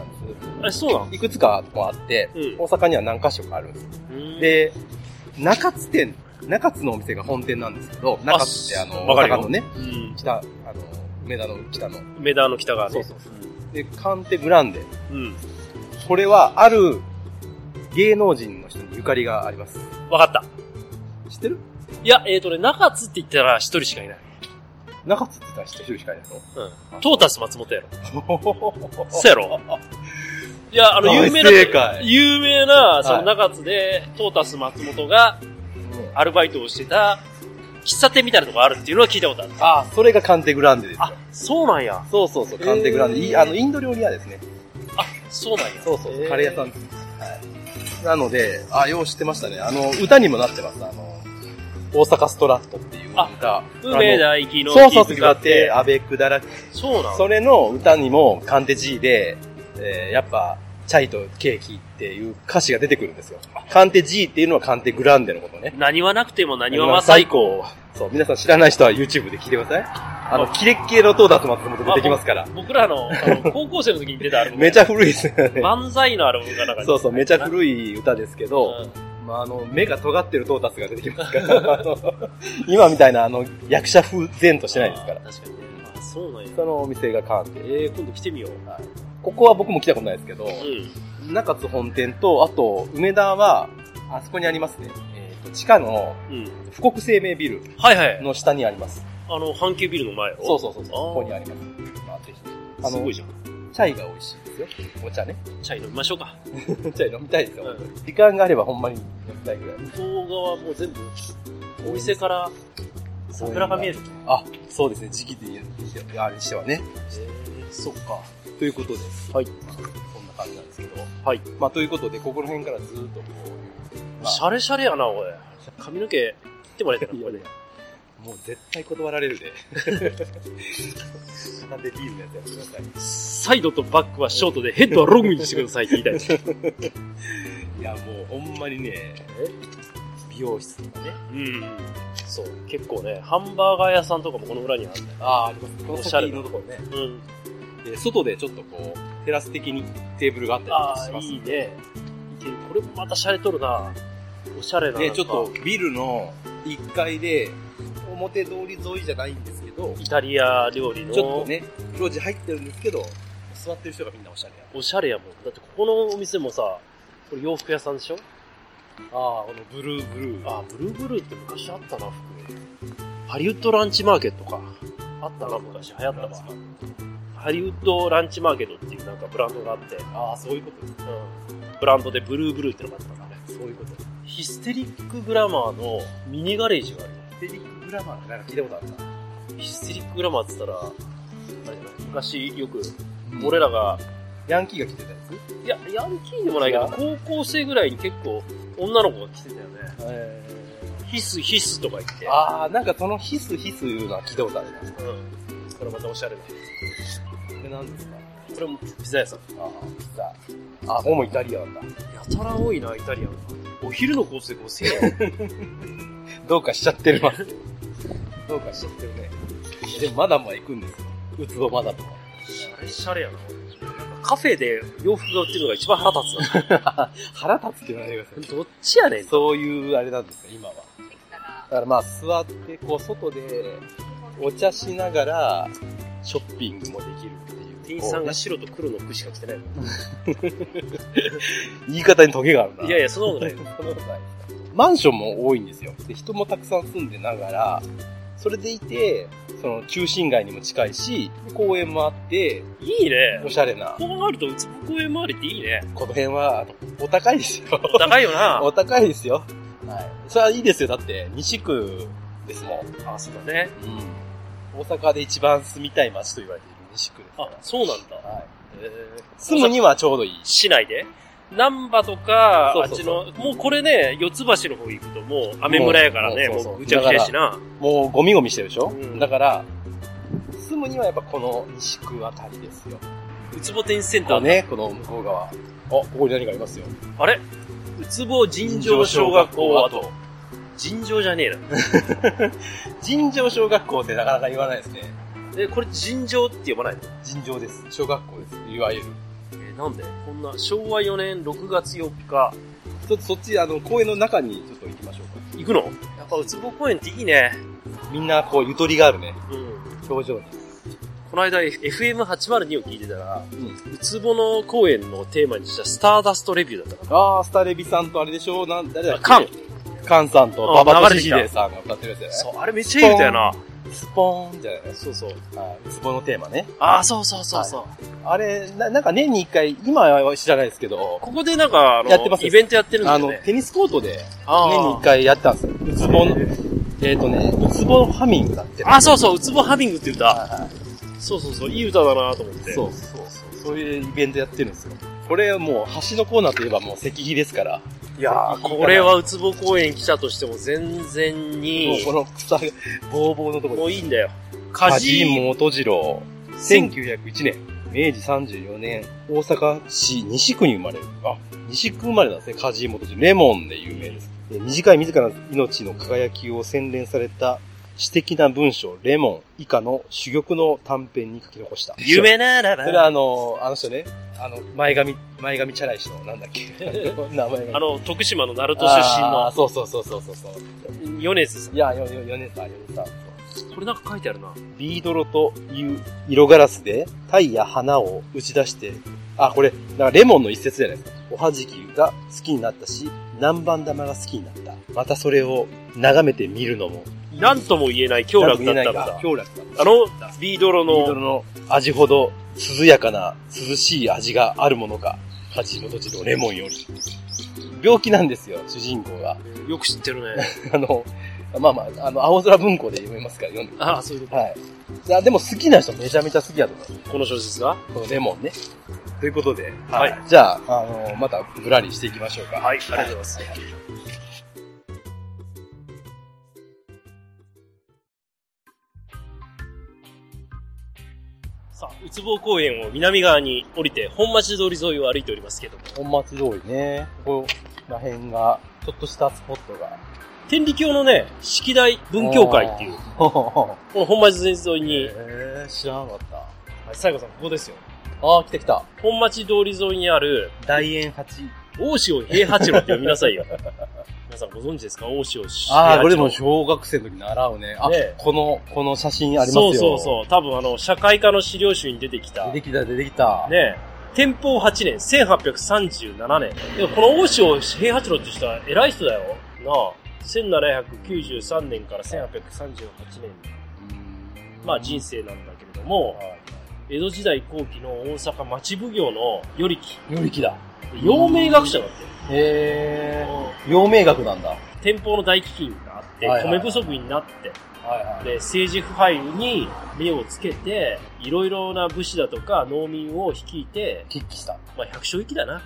D: え、そうなの
A: す。いくつかこうあって、
D: うん
A: 大阪には何箇所かあるんです。
D: うん、
A: で、中津店、中津のお店が本店なんですけど、中津ってあの、
D: わか
A: 大
D: るよ
A: 阪のね、
D: うん。
A: 北、あの、梅田の北の。
D: 梅田の北側
A: そ
D: ね
A: う。そうそう。で、カンテグランデ。
D: うん。
A: これは、ある、芸能人の人にゆかりがあります。
D: わかった。
A: 知ってる
D: いや、えっ、とね、中津って言ったら一人しかいない。
A: 中津って言ったら知ってる人しかいないの
D: うん。トータス松本やろ。
A: そ
D: そうやろいや、あの、有名な、
A: 正解。
D: 有名な、そ
A: は
D: の
A: い
D: 中津で、トータス松本がアルバイトをしてた喫茶店みたいなとこあるっていうのは聞いたことある。
A: あ、それがカンテグランデですよ。
D: あ、そうなんや。
A: そうそうそう、カンテグランデ。
D: へー
A: いあの、インド料理屋ですね。
D: そうなんや。
A: そうそう
D: へ、
A: カレー屋さんです。はい。なので、あ、よう知ってましたね。あの、歌にもなってます。あの、大阪ストラットっていう歌。
D: 梅田行きの
A: そうそう、
D: が
A: 歌って、。アベックだらけ。
D: そうなん
A: それの歌にも、カンテ G で、えーやっぱ、チャイとケーキっていう歌詞が出てくるんですよ。カンテ G っていうのはカンテグランデのことね。
D: 何はなくても何はま最高。
A: 高。そう、皆さん知らない人は YouTube で聞いてください。あの、キレッキレのトータス松本出てきますから。
D: 僕らの、あの高校生の時に出たアルバ
A: [LAUGHS]
D: ム。
A: めちゃ古いですよね。
D: 漫才のアルバムがなん
A: [LAUGHS]
D: か
A: そうそう、めちゃ古
D: い。
A: い歌ですけ
D: う
A: ど、
D: ん
A: まあ、あの、目が尖ってるトータスが出てきますから、 [LAUGHS] あの今みたいな、あの、役者風前としてないですから
D: あ。ー確かにね。あ、そうなんや。
A: そのお店が変わって、
D: えー、今度来てみよう。
A: ここは僕も来たことないですけど、
D: う
A: 中津本店と、あと、梅田は、あそこにありますね。えーと地下の、
D: ん。うん。
A: 富国生命ビル
D: はいはい。
A: の下にあります。
D: あの、阪急ビルの前を。
A: そうそうそうそう、
D: あ
A: こ
D: ー
A: こにあります。まあ、ぜひ。あ
D: すご
A: の
D: い、じゃん。
A: チャイが美味しいですよ。お茶ね。
D: チャイ飲みましょうか。
A: チャイ飲みたいですよ。
D: うん
A: 時間があればほんまに飲みたいぐらい。
D: 向こう側もう全部、お店から桜が見える。
A: あ、そうですね、時期で言うあれにしてはね。そっか。ということです。
D: はい。
A: そんな感じなんですけど。
D: はい。
A: まあ、ということで、ここら辺からずっとこういう、まあ
D: シャレシャレやな、おい。髪の毛、切ってもらえたら、
A: い
D: こ
A: や
D: れ
A: ね
D: で。
A: もう絶対断られるで。 [LAUGHS] なんでビールのやつやってください。
D: サイドとバックはショートで、ヘッドはロングにしてくださいって言いたい。
A: いや、もうほんまにね、美容室とかね。
D: うん。そう。結構ね、ハンバーガー屋さんとかもこの裏にあるんだよ。
A: ああ、あります。こ
D: の
A: の
D: 先
A: のところね。
D: うん。
A: で、外でちょっとこう、テラス的にテーブルがあったり
D: あ
A: とかし
D: あ、
A: ます
D: いいね。いけるこれもまたシャレとるな。おしゃれな。
A: で、ちょっと。ビルの1階で、表通り沿いじゃないんですけど、
D: イタリア料理の。
A: ちょっとね、路地入ってるんですけど、座ってる人がみんなおしゃれや。
D: おしゃれやもん。だってここのお店もさ、これ洋服屋さんでしょ
A: ああ、このブルーブルー。
D: あ、ブルーブルーって昔あったな、服。ハリウッドランチマーケットか。あったな、昔。流行ったわ。ハリウッドランチマーケットっていうなんかブランドがあって、
A: ああ、そういうことですね。
D: うん。ブランドでブルーブルーってのがあったからね。
A: そういうこと。
D: ヒステリックグラマーのミニガレージがあるよ。
A: ステリックグラマーなんか聞いたことあるな。
D: ヒステリックグラマーって言ったら、あれじゃない昔よく、俺らが、
A: ヤンキーが来てたやつ
D: いや、ヤンキーでもないけど、高校生ぐらいに結構女の子が来てたよね。
A: え
D: ヒスヒスとか言って。
A: ああ、なんかそのヒスヒスいうのは聞いたことあるな。
D: うん。これまたおしゃれな。
A: で、なんですか
D: これもピザ屋さん。
A: ああ、ピザ。あ、ここもイタリアンだ。
D: やたら多いな、イタリアンが。お昼のコースで5000円や [LAUGHS] ろ。
A: どうかしちゃって [LAUGHS] るわ。どうかしちゃってるね。いやでもまだまだ行くんですよ。うつぼまだとか。
D: シャレシャレやな、なんかカフェで洋服が売ってるのが一番腹立つな。
A: [LAUGHS] 腹立つって言わないでください。
D: [LAUGHS] どっちやねん。
A: そういうあれなんですよ、今は。だからまあ、座って、こう、外で、お茶しながら、ショッピングもできるっていう。
D: 店員さん
A: こ
D: が白と黒の服しか着てないもん。
A: うね言い方にトゲがあるな。
D: いやいや、そんなことない。
A: そんなことないマンションも多いんですよ。で、人もたくさん住んでながら、それでいて、その、中心街にも近いし、公園もあって、
D: いいね
A: お。しゃれな。
D: ここがあると、うつぼ公園周りっていいね。
A: この辺は、あのお高いです
D: [LAUGHS]
A: よ。
D: 高いよな。
A: お高いですよ。はい。それはいいですよ。だって、西区ですもん。
D: あ、そうだね。
A: 大阪で一番住みたい街と言われている西区ですか
D: あ
A: ら、。
D: そうなんだ。
A: はい、
D: えー
A: 住むにはちょうどいい。
D: 市内で難波とか、
A: そ
D: あ
A: う
D: っ
A: そう
D: ち
A: そう
D: の、もうこれね、四つ橋の方行くともう、雨村やからね、
A: もう
D: も
A: そうそう
D: うぐちゃぐちゃやしな。
A: もうゴミゴミしてるでしょ、
D: うん
A: だから、住むにはやっぱこの西区あたりですよ。
D: うつぼテニスセンタ
A: こ
D: ー
A: うね、この向こう側。あ、ここに何かありますよ。
D: あれうつぼ尋常小学校跡。尋常じゃねえな。
A: 尋常小学校ってなかなか言わないですね。
D: え、これ尋常って呼ばないの
A: 尋常です。小学校です。いわゆる。
D: えーなんでこんな、昭和4年6月4日、
A: ちょっとそっち、あの、公園の中にちょっと行きましょう
D: 行くのやっぱうつぼ公園っていいね。
A: か。みんなこう、ゆとりがあるね。
D: うん。
A: 表情に。
D: この間 FM802 を聞いてたら、うつぼの公園のテーマにしたスターダストレビューだったか
A: あー、スタレビさんとあれでしょなん、誰だっけ
D: カン。
A: カンさんと
D: あ
A: ババ
D: 流
A: と
D: れて
A: シ
D: き
A: シ
D: た
A: デさんが歌ってるやつじゃ
D: ら。
A: ない
D: そう、あれめっちゃいい歌やな。
A: スポーンじゃない
D: そうそう。
A: あーツボのテーマね。
D: ああ、そうそうそうそう。
A: あれ、ななんか年に一回、今は知らないですけど、
D: ここでなんか、あ
A: やってま
D: の、
A: す
D: イベントやってるんだ
A: あ
D: よ
A: の
D: ね、。
A: テニスコートで、
D: あー
A: 年に一回やったんですよ。ウツボの、えっ、とね、ウツボハミングだって。
D: あ、そうそう、うつぼハミングって歌。
A: は
D: そうそうそう、いい歌だなと思って。
A: そうそうそう。そういうイベントやってるんですよ。これもう、橋のコーナーといえばもう石碑ですから。
D: いやー、これはうつぼ公園来たとしても全然
A: も
D: に
A: うこ、の草、ぼうぼうのとこ
D: も
A: ろ
D: う
A: で
D: い
A: す。
D: いんだよ。
A: カ
D: カ
A: ジ
D: ジ
A: ー
D: ー
A: モトジロー。1901年、明治34年、大阪市西区に生まれる。あ、西区生まれなんですね、カジーモトジロー。レモンで有名です。で短い自らの命の輝きを洗練された詩的な文章、レモン以下の珠玉の短編に書き残した。
D: 夢なら
A: それは
D: ば、
A: あの、あの人ね、あの、前髪、前髪チャラい人、なんだ
D: [LAUGHS]
A: っけ名前が。
D: あの、徳島の鳴門出身
A: あー
D: の
A: そうそうそうそうそうそう。
D: 米津さん。
A: いや、よ、よ、よねさん、よねさん。
D: これなんか書いてあるな。
A: ビードロという色ガラスで、タイや花を打ち出して、あ、これ、なんかレモンの一節じゃないですか。おはじきが好きになったし、南蛮玉が好きになった。またそれを眺めてみるのも、
D: なんとも言えない狂楽だったの
A: なん
D: だ
A: と。も言えないが狂楽だった。
D: あの、ビードロ
A: ビード
D: の、
A: ロの味ほど涼やかな涼しい味があるものか、八本地のレモンより。病気なんですよ、主人公が。 [LAUGHS]
D: よく知ってる [LAUGHS] ね。
A: あの、まあまあ、あの、青空文庫で読めますから読んで。
D: ああ、そういうこ
A: はい。いや、でも好きな人めちゃめちゃ好きだと思います。
D: と。この小説が
A: このレモンね。ということで、
D: はい。
A: じゃあ、あの、またぶらりしていきましょうか。
D: はい、ありがとうございます。さあ、ウツボ公園を南側に降りて、本町通り沿いを歩いておりますけども、
A: 本町通りね、ここら辺が、ちょっとしたスポット [LAUGHS] が。
D: 天理教のね、式台文教会っていう、
A: あ
D: この本町通り沿い
A: ー。
D: に、
A: へえ、知らなかった。
D: はい、西郷さん、ここですよ。
A: ああ、来て来た。
D: 本町通り沿いにある、
A: 大円八。
D: 大塩平八郎って読みなさ
A: [LAUGHS]
D: いよ。皆さんご存知ですか大塩平八郎。
A: ああ、これも小学生の時に習うね。あ、
D: ねえ
A: この、この写真ありますよ。
D: そうそうそう。多分あの、社会科の資料集に出てきた。
A: 出てきた、出てきた。
D: ね天保8年、1837年。でもこの大塩平八郎って人は偉い人だよ。なあ。1793年から1838年。まあ人生なんだけれども、江戸時代後期の大阪町奉行の与力。
A: 料理機だ。
D: 陽明学者だっ
A: へ
D: て。
A: え。陽明学なんだ。は
D: 天保の大飢饉があって、
A: はいはい
D: 米不足になって、
A: いは
D: で、政治腐敗に目をつけて、いろいろな武士だとか農民を率いて、
A: い。決起した。
D: まあ、百姓行きだな。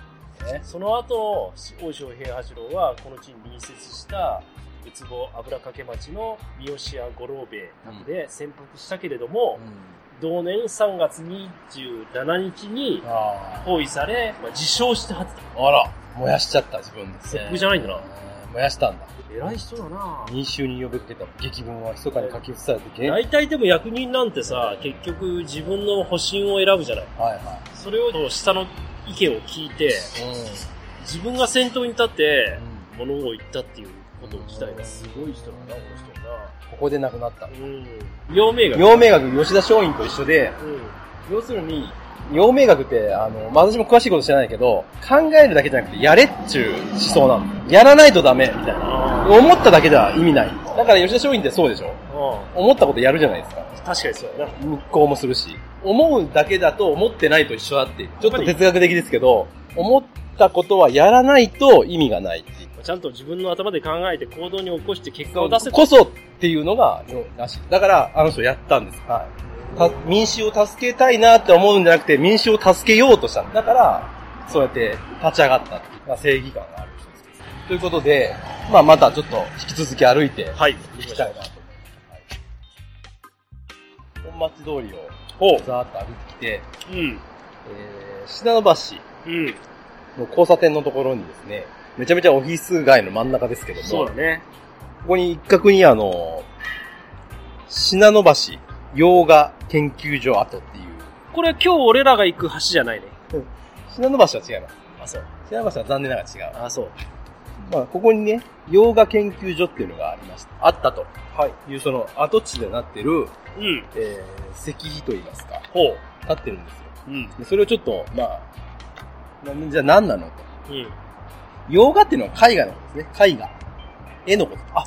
A: ね
D: その後の大正平八郎は、この地に隣接した、ウツボ油掛町の三好屋五郎兵衛宅で潜伏したけれども、同年3月27日に
A: あ
D: 包囲され、まあ、自傷したはずだ。
A: あ。あら。燃やしちゃった、自分で。
D: 切腹じゃないんだな。
A: えー燃やしたんだ。
D: 偉い人だな
A: 民衆に呼びかけた劇文は密かに書き写されてけ。はい
D: 大体でも役人なんてさ、結局自分の保身を選ぶじゃない。
A: は
D: それを下の意見を聞いて、
A: い。うん。
D: 自分が先頭に立って、物を言ったっていうこと自体がすごい人だな、この人はな。
A: ここで亡くなった。
D: うん。陽明が。
A: 陽明学、吉田松陰と一緒で、
D: うん。
A: 要するに、陽明学って、あの、まあ、私も詳しいこと知らないけど、考えるだけじゃなくて、やれっちゅう思想なの。やらないとダメ、みたいな。
D: あ
A: 思っただけじゃ意味ない。だから吉田松陰ってそうでしょ
D: あ。
A: 思ったことやるじゃないですか。
D: 確かにそうやな。
A: 密航もするし。思うだけだと思ってないと一緒だって。ちょっと哲学的ですけど、思ったことはやらないと意味がないっていう。
D: ちゃんと自分の頭で考えて行動に起こして結果を出せと。
A: こそっていうのが、らしい。だから、あの人やったんです。はい。た民衆を助けたいなって思うんじゃなくて、民衆を助けようとしたんだから、そうやって立ち上がったっていうまあ正義感がある人です。ということで、まあまたちょっと引き続き歩いて、
D: はい。
A: 行きたいなと思います。はい、本町通りを
D: ほ
A: ざーっと歩いてきて、
D: う。うん。
A: えー、品野橋
D: うん。
A: の交差点のところにですね、めちゃめちゃオフィス街の真ん中ですけども、
D: そうだね。
A: ここに一角にあの、品野橋洋画研究所跡っていう、
D: これ今日俺らが行く橋じゃないね。
A: 品野橋は違います。
D: あ、そう。
A: 品野橋は残念ながら違う。
D: あ、そう。
A: まあ、ここにね、洋画研究所っていうのがありました。あったと。はい。いう、その跡地でなってる、
D: うん。
A: えー、石碑といいますか、
D: ほう。
A: 立ってるんですよ。
D: うん。
A: でそれをちょっと、まあ、なじゃあ何なのと。
D: うん。
A: 洋画っていうのは絵画のことですね。絵画。絵のこと。あ、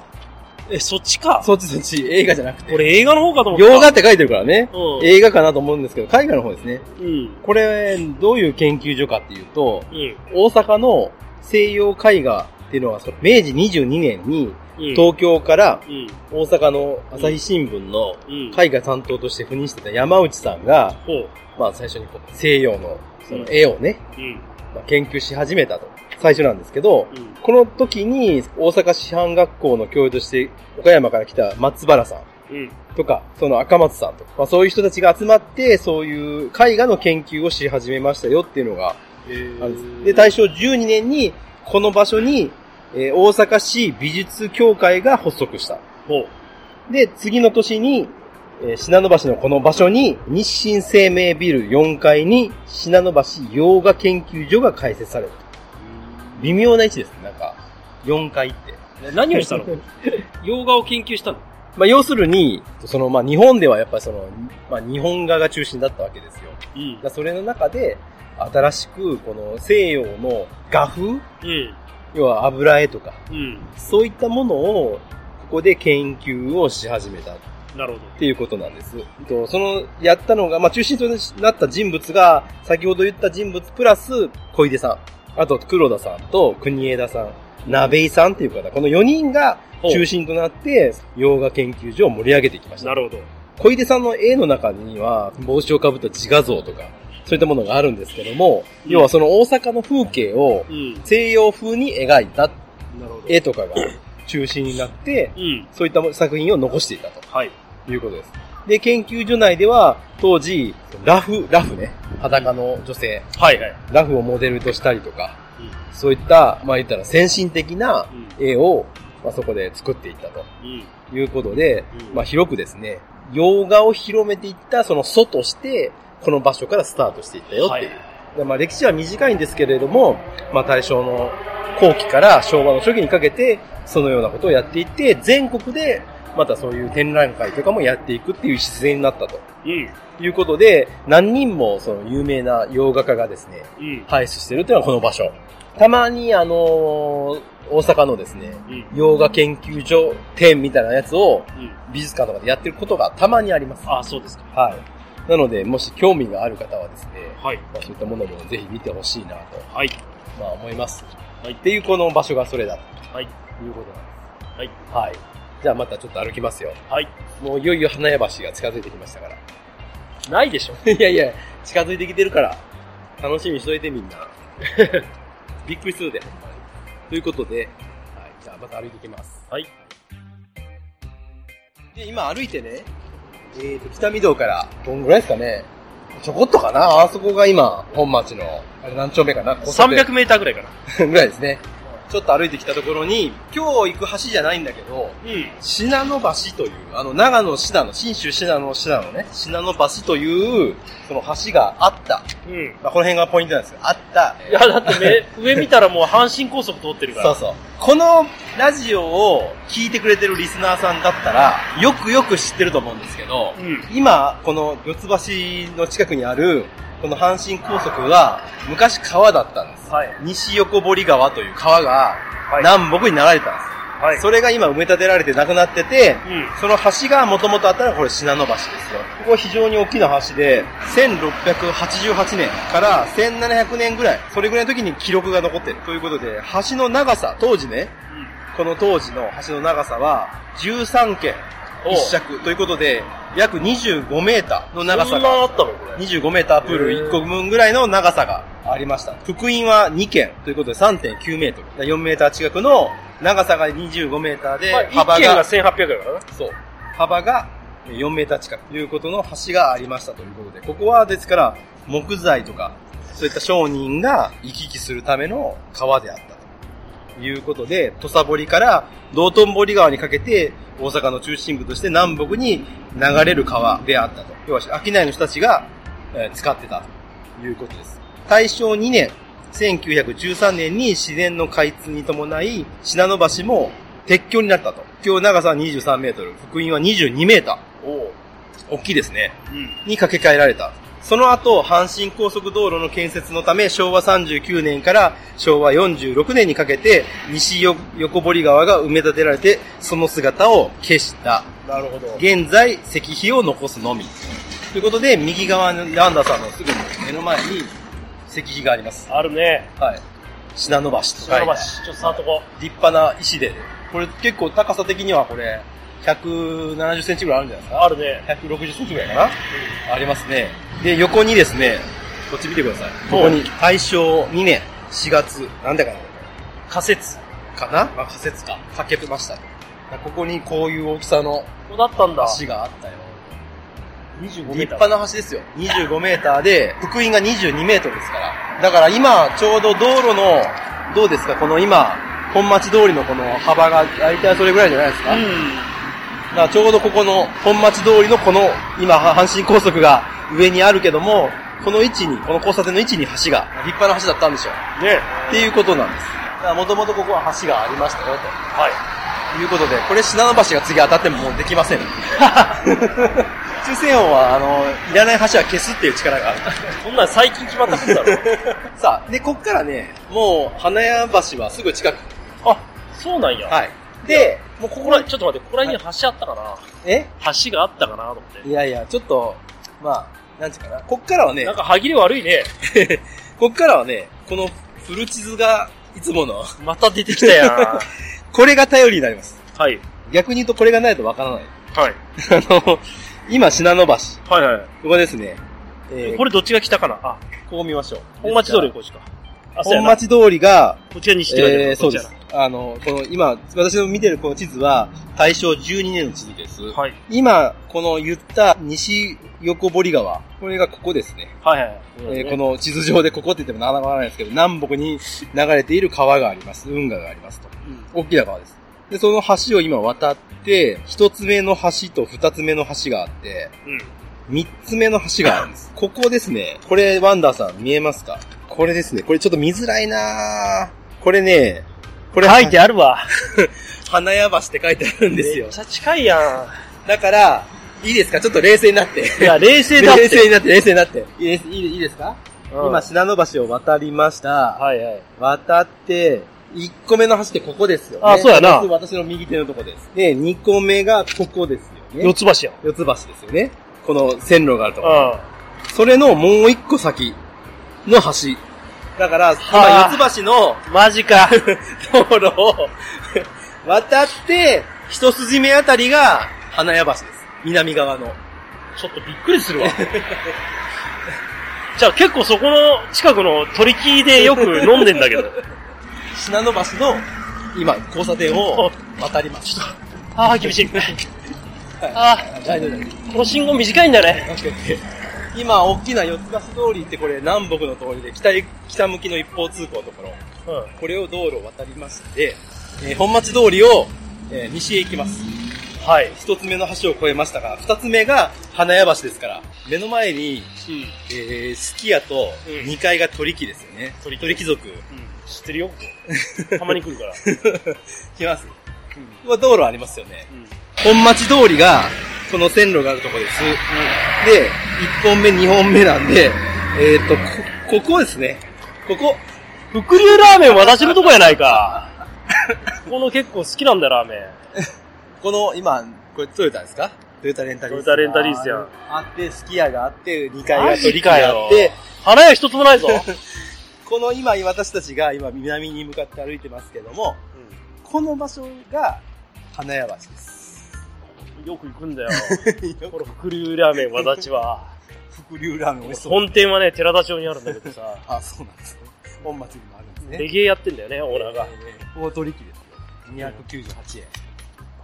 D: え、そっちか。
A: そっちそっち、映画じゃなくて。
D: 俺映画の方かと思った。
A: 洋画って書いてるからね。
D: うん。
A: 映画かなと思うんですけど、絵画の方ですね。
D: うん。
A: これ、どういう研究所かっていうと、
D: うん。
A: 大阪の西洋絵画っていうのは、その明治22年に
D: うん。
A: 東京から
D: うん。
A: 大阪の朝日新聞の
D: うん。い。
A: 絵画担当として赴任してた山内さんが、
D: ほう。
A: まあ最初にこう西洋のその絵をね、
D: うん。
A: まあ研究し始めたと。最初なんですけど、
D: うん。
A: この時に大阪師範学校の教諭として岡山から来た松原さん
D: うん。
A: とか、その赤松さんとか、まあそういう人たちが集まって、そういう絵画の研究をし始めましたよっていうのが
D: え
A: あるんです。で、
D: で、
A: 大正12年に、この場所に、えー大阪市美術協会が発足した。
D: ほう。
A: で、次の年に、えー、信濃橋のこの場所に、日清生命ビル4階に、信濃橋洋画研究所が開設される。微妙な位置ですね、なんか。4階って。
D: な何をした [LAUGHS] の洋画を研究したの
A: まあ、要するに、その、まあ、日本ではやっぱりその、まあ、日本画が中心だったわけですよ。
D: うん
A: だか。らそれの中で、新しく、この西洋の画風
D: うん。
A: 要は油絵とか、
D: うん。
A: そういったものを、ここで研究をし始めたっ
D: なるほ
A: ていうことなんです。とその、やったのが、まあ、中心となった人物が、先ほど言った人物プラス、小出さん、あと黒田さんと国枝さん、鍋井さんっていう方、この4人が
D: ほう
A: 中心となって、洋画研究所を盛り上げていきまし
D: ど。
A: た
D: な。るほど。
A: 小出さんの絵の中には、帽子をかぶった自画像とか、そういったものがあるんですけども、
D: うん
A: 要はその大阪の風景を
D: うん。
A: 西洋風に描いた
D: なるほど。
A: 絵とかが中心になって、
D: うん。
A: そういった作品を残していたと
D: はい。
A: いうことです。で、研究所内では、当時、ラフ、ラフね、裸の女性、
D: はいはい。
A: ラフをモデルとしたりとか
D: うん、
A: そういった、まあ言ったら先進的な
D: うん。
A: 絵を、まあそこで作っていったと
D: うん。
A: いうことで、
D: うん
A: まあ、広くですね、洋画を広めていったその祖として、この場所からスタートしていったよっていう。でまあ、歴史は短いんですけれども、まあ、大正の後期から昭和の初期にかけて、そのようなことをやっていって、全国で、またそういう展覧会とかもやっていくっていう礎になったと
D: うん。
A: いうことで、何人もその有名な洋画家がですね、
D: うん。
A: 輩出してるっていうのはこの場所。たまに、あのー大阪のですね、
D: うん。
A: 洋画研究所展みたいなやつを
D: うん。
A: 美術館とかでやってることがたまにあります。
D: あ、そうですか。
A: はい。なので、もし興味がある方はですね、
D: はい。
A: まあ、そういったものもぜひ見てほしいなと、
D: はい。
A: まあ、思います。
D: はい
A: っていうこの場所がそれだ
D: はい。
A: ということなん
D: はい
A: です。はい。じゃあまたちょっと歩きますよ。
D: はい。
A: もういよいよ花屋橋が近づいてきましたから。
D: ないでしょ。
A: [LAUGHS] いやいや、近づいてきてるから、楽しみにしといてみ
D: [LAUGHS]
A: んな。びっくりするで、ほんまに。ということで、はい、じゃあまた歩いていきます。
D: はい。
A: で、今歩いてね、えーと、北御堂から、どんぐらいですかね。ちょこっとかなあそこが今、本町の、あれ何丁目かな交差点
D: 300メーターぐらいか
A: [LAUGHS]
D: な。
A: ぐらいですね。ちょっと歩いてきたところに、今日行く橋じゃないんだけど、
D: うん。
A: 信濃橋という、あの、長野信濃、信州信濃信濃ね、信濃橋という、その橋があった。
D: うん。
A: まあ、この辺がポイントなんですけど、あった。
D: いや、だって目、上見たらもう阪神高速通ってるから。
A: そうそう。このラジオを聞いてくれてるリスナーさんだったら、よくよく知ってると思うんですけど、
D: うん。
A: 今、この四つ橋の近くにある、この阪神高速は、昔川だったんです。
D: はい。
A: 西横堀川という川が、
D: い
A: 南北になられたんです。
D: はい。
A: それが今埋め立てられてなくなってて、
D: うん。
A: その橋がもともとあったのがこれ信濃橋ですよ。ここ非常に大きな橋で、1688年から1700年ぐらい、それぐらいの時に記録が残ってる。ということで、橋の長さ、当時ね、この当時の橋の長さは13軒
D: おう
A: 一尺ということで、約25メーターの長
D: そ
A: さ
D: んな
A: が
D: あ、ったのこれ。
A: 25メータープール1個分ぐらいの長さがありました。福音は2軒ということで3.9メートル。4メーター近くの長さが25メーターで
D: まあ、一
A: 幅
D: 軒
A: が
D: が1800円かな。
A: そう。幅が4メーター近くということの橋がありましたということで、ここはですから木材とか、そういった商人が行き来するための川であったということで、土佐堀から道頓堀川にかけて大阪の中心部として南北に流れる川であったと。要は商いの人たちがえー使ってたということです。大正2年、 1913年に自然の開通に伴い、信濃橋も鉄橋になったと。今日長さは23メートル、福音は22メータ
D: おう
A: ー。大きいですね。
D: うん。
A: に架け替えられた。その後、阪神高速道路の建設のため、昭和39年から昭和46年にかけて、西よ横堀川が埋め立てられて、その姿を消した。
D: なるほど。
A: 現在、石碑を残すのみ。ということで、右側のランダーさんのすぐ目の前に石碑があります。
D: あるね。
A: はい。信濃橋と書いて
D: 砂橋、ちょっと触っとこ。
A: 立派な石で、これ結構高さ的にはこれ、170センチぐらいあるんじゃないう
D: あるね。
A: ですか ?160 センチぐらいかな、ありますね。で、横にですね、こっち見てください。ここに、大正2年4月、なんだかな
D: 仮説。
A: かな、まあ、仮説か。かけてました。ここにこういう大きさの
D: こうだったんだ。
A: 橋があったよ。
D: 25
A: 立
D: メーター。
A: 派な橋ですよ。25メーターで、福音が22メートルですから。だから今、ちょうど道路の、どうですか、この今、本町通りのこの幅が、大体それぐらいじゃないですか。だからちょうどここの、本町通りのこの、今、阪神高速が上にあるけども、この位置に、この交差点の位置に橋が、立派な橋だったんでしょう。
D: うん。ね。
A: っていうことなんです。だからもともとここは橋がありましたよ、と。
D: はい。
A: ということで、これ信濃橋が次当たってももうできま [LAUGHS] せん。中線音は、あの、いらない橋は消すっていう力がある。
D: こんなん最近決まったことだろ。
A: [LAUGHS] さあ、で、こっからね、もう、花屋橋はすぐ近く。
D: あ、そうなんや。
A: はい。で、もうこ
D: こ
A: こ
D: こら、
A: ら、
D: ちょっと待って、ここら辺に橋あったかな、
A: え
D: 橋があったかなと思って。
A: いやいや、ちょっと、まあ、なんていうかな。こっからはね
D: なん、か歯切れ悪いね。
A: こっからはね、この古地図が、いつもの、
D: また出てきた [LAUGHS] やん。
A: [LAUGHS] これが頼りになります。
D: はい。
A: 逆に言うとこれがないとわからない。
D: はい。
A: [LAUGHS] あの、今、信濃橋。こ
D: はいはい。
A: こですね。えー
D: これどっちが北かなあ、
A: こう見ましょう。
D: 本町通りこっちか。あ、そうや
A: 本
D: な。こ
A: 町通りが、
D: っちが西って書いてあ
A: え
D: る
A: ー、そうです。。あの、この今、私の見てるこの地図は、大正12年の地図です。
D: こっちやなはい。
A: 今、この言った西横堀川、これがここですね。
D: はいはい。そう
A: え
D: です
A: ー
D: ね
A: こ、の地図上でここって言ってもなかないですけど、南北に流れている川があります。運河がありますと。大きな川です。で、その橋を今渡って、一つ目の橋と二つ目の橋があって、
D: うん。
A: 三つ目の橋があるんです。ここですね。これ、ワンダーさん見えますかこれですね。これちょっと見づらいなぁこれね、こ
D: こ
A: れ
D: 書いてあるわ。
A: 花屋橋って書いてあるん [LAUGHS] です
D: め
A: よ
D: っ。ちゃ近いや
A: だから、いいですかちょっと冷静になって。
D: ん。いや、冷静だって。
A: 冷静になって、冷静になって。いいです、いいいいですか、
D: うん
A: 今、信濃橋を渡りました。
D: はいはい。
A: 渡って、1個目の橋ってここですよね。
D: あそうやな
A: まず私の右手のとこです。で、2個目がここですよ
D: 四
A: ね。
D: つ橋やん。
A: 四つ橋ですよね。この線路があるところ。
D: う
A: それのもう1個先の橋。だから、
D: はあ
A: 今、四つ橋の
D: ん。マジか。
A: [LAUGHS] 道路を渡って、一筋目あたりが花屋橋です。南側の。
D: ちょっとびっくりするわ。 [LAUGHS] じゃあ結構そこの近くの取り木でよく飲んでんだけど。
A: 信濃橋の、今、交差点を渡ります。
D: [LAUGHS] ああ、厳 [LAUGHS] しい。あ
A: 大丈夫です。
D: あ、この信号短いんだね。
A: 今、大きな四ツ橋通りってこれ、南北の通りで、北へ、北向きの一方通行のところ。
D: うん。
A: これを道路を渡りまして、えー本町通りを、えー西へ行きます。
D: はい。
A: 一つ目の橋を越えましたが、二つ目が花屋橋ですから、目の前に、
D: うん。
A: えー、すき家と
D: うん
A: 2階が鳥木ですよね。鳥木族。
D: 知ってる [LAUGHS] よ。たまに来るから。
A: 来ます。ここは道路ありますよね。
D: ん
A: 本町通りが、この線路があるとこです。で、1本目、2本目なんで、えっ、と、こ、ここですね。ここ。
D: 伏流ラーメン渡してるとこやない [LAUGHS] か。この結構好きなんだ、ラーメン。
A: この、今、これトヨタですかトヨタレンタリース。
D: トヨタレンタリースやん
A: あって、すき家があって、2階
D: マ
A: が
D: ジ
A: 取り替えあって、
D: 花屋一つもないぞ。
A: この今、私たちが今、南に向かって歩いてますけども、この場所が、花屋橋です。 [LAUGHS]
D: よく行くんだよ。この伏流ラーメン和立ち [LAUGHS] は。
A: 伏流ラーメン美味しそう。
D: 本店はね、寺田町にあるんだけどさ、
A: あ、そうなんですね。本町にもあるんですね。
D: レゲエやってんだよね、オーナーが。
A: 大取引です。298円。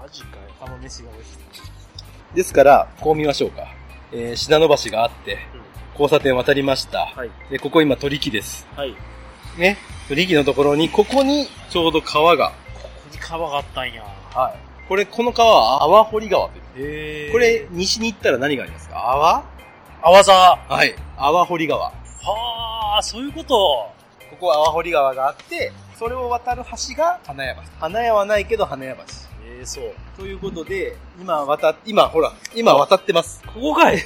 D: マジかよ。
A: 釜飯が美味しい。ですから、こう見ましょうか。えー、品の橋があって、交差点渡りました。
D: はい。
A: で、ここ今取引です。
D: はい。こ
A: ね。取引のところに、ここにちょうど川が。
D: こに川があったんや。
A: はい。これ、この川は、阿波堀川という。
D: へ
A: こ、れ、西に行ったら何がありますか阿波
D: あわざ。
A: はい。阿波堀川。
D: はあ、そういうこと。
A: ここは泡堀川があって、それを渡る橋が花屋橋。花屋はないけど花屋橋。
D: えー、そう。
A: ということで、今渡、今ほら、今渡ってます。
D: ここかい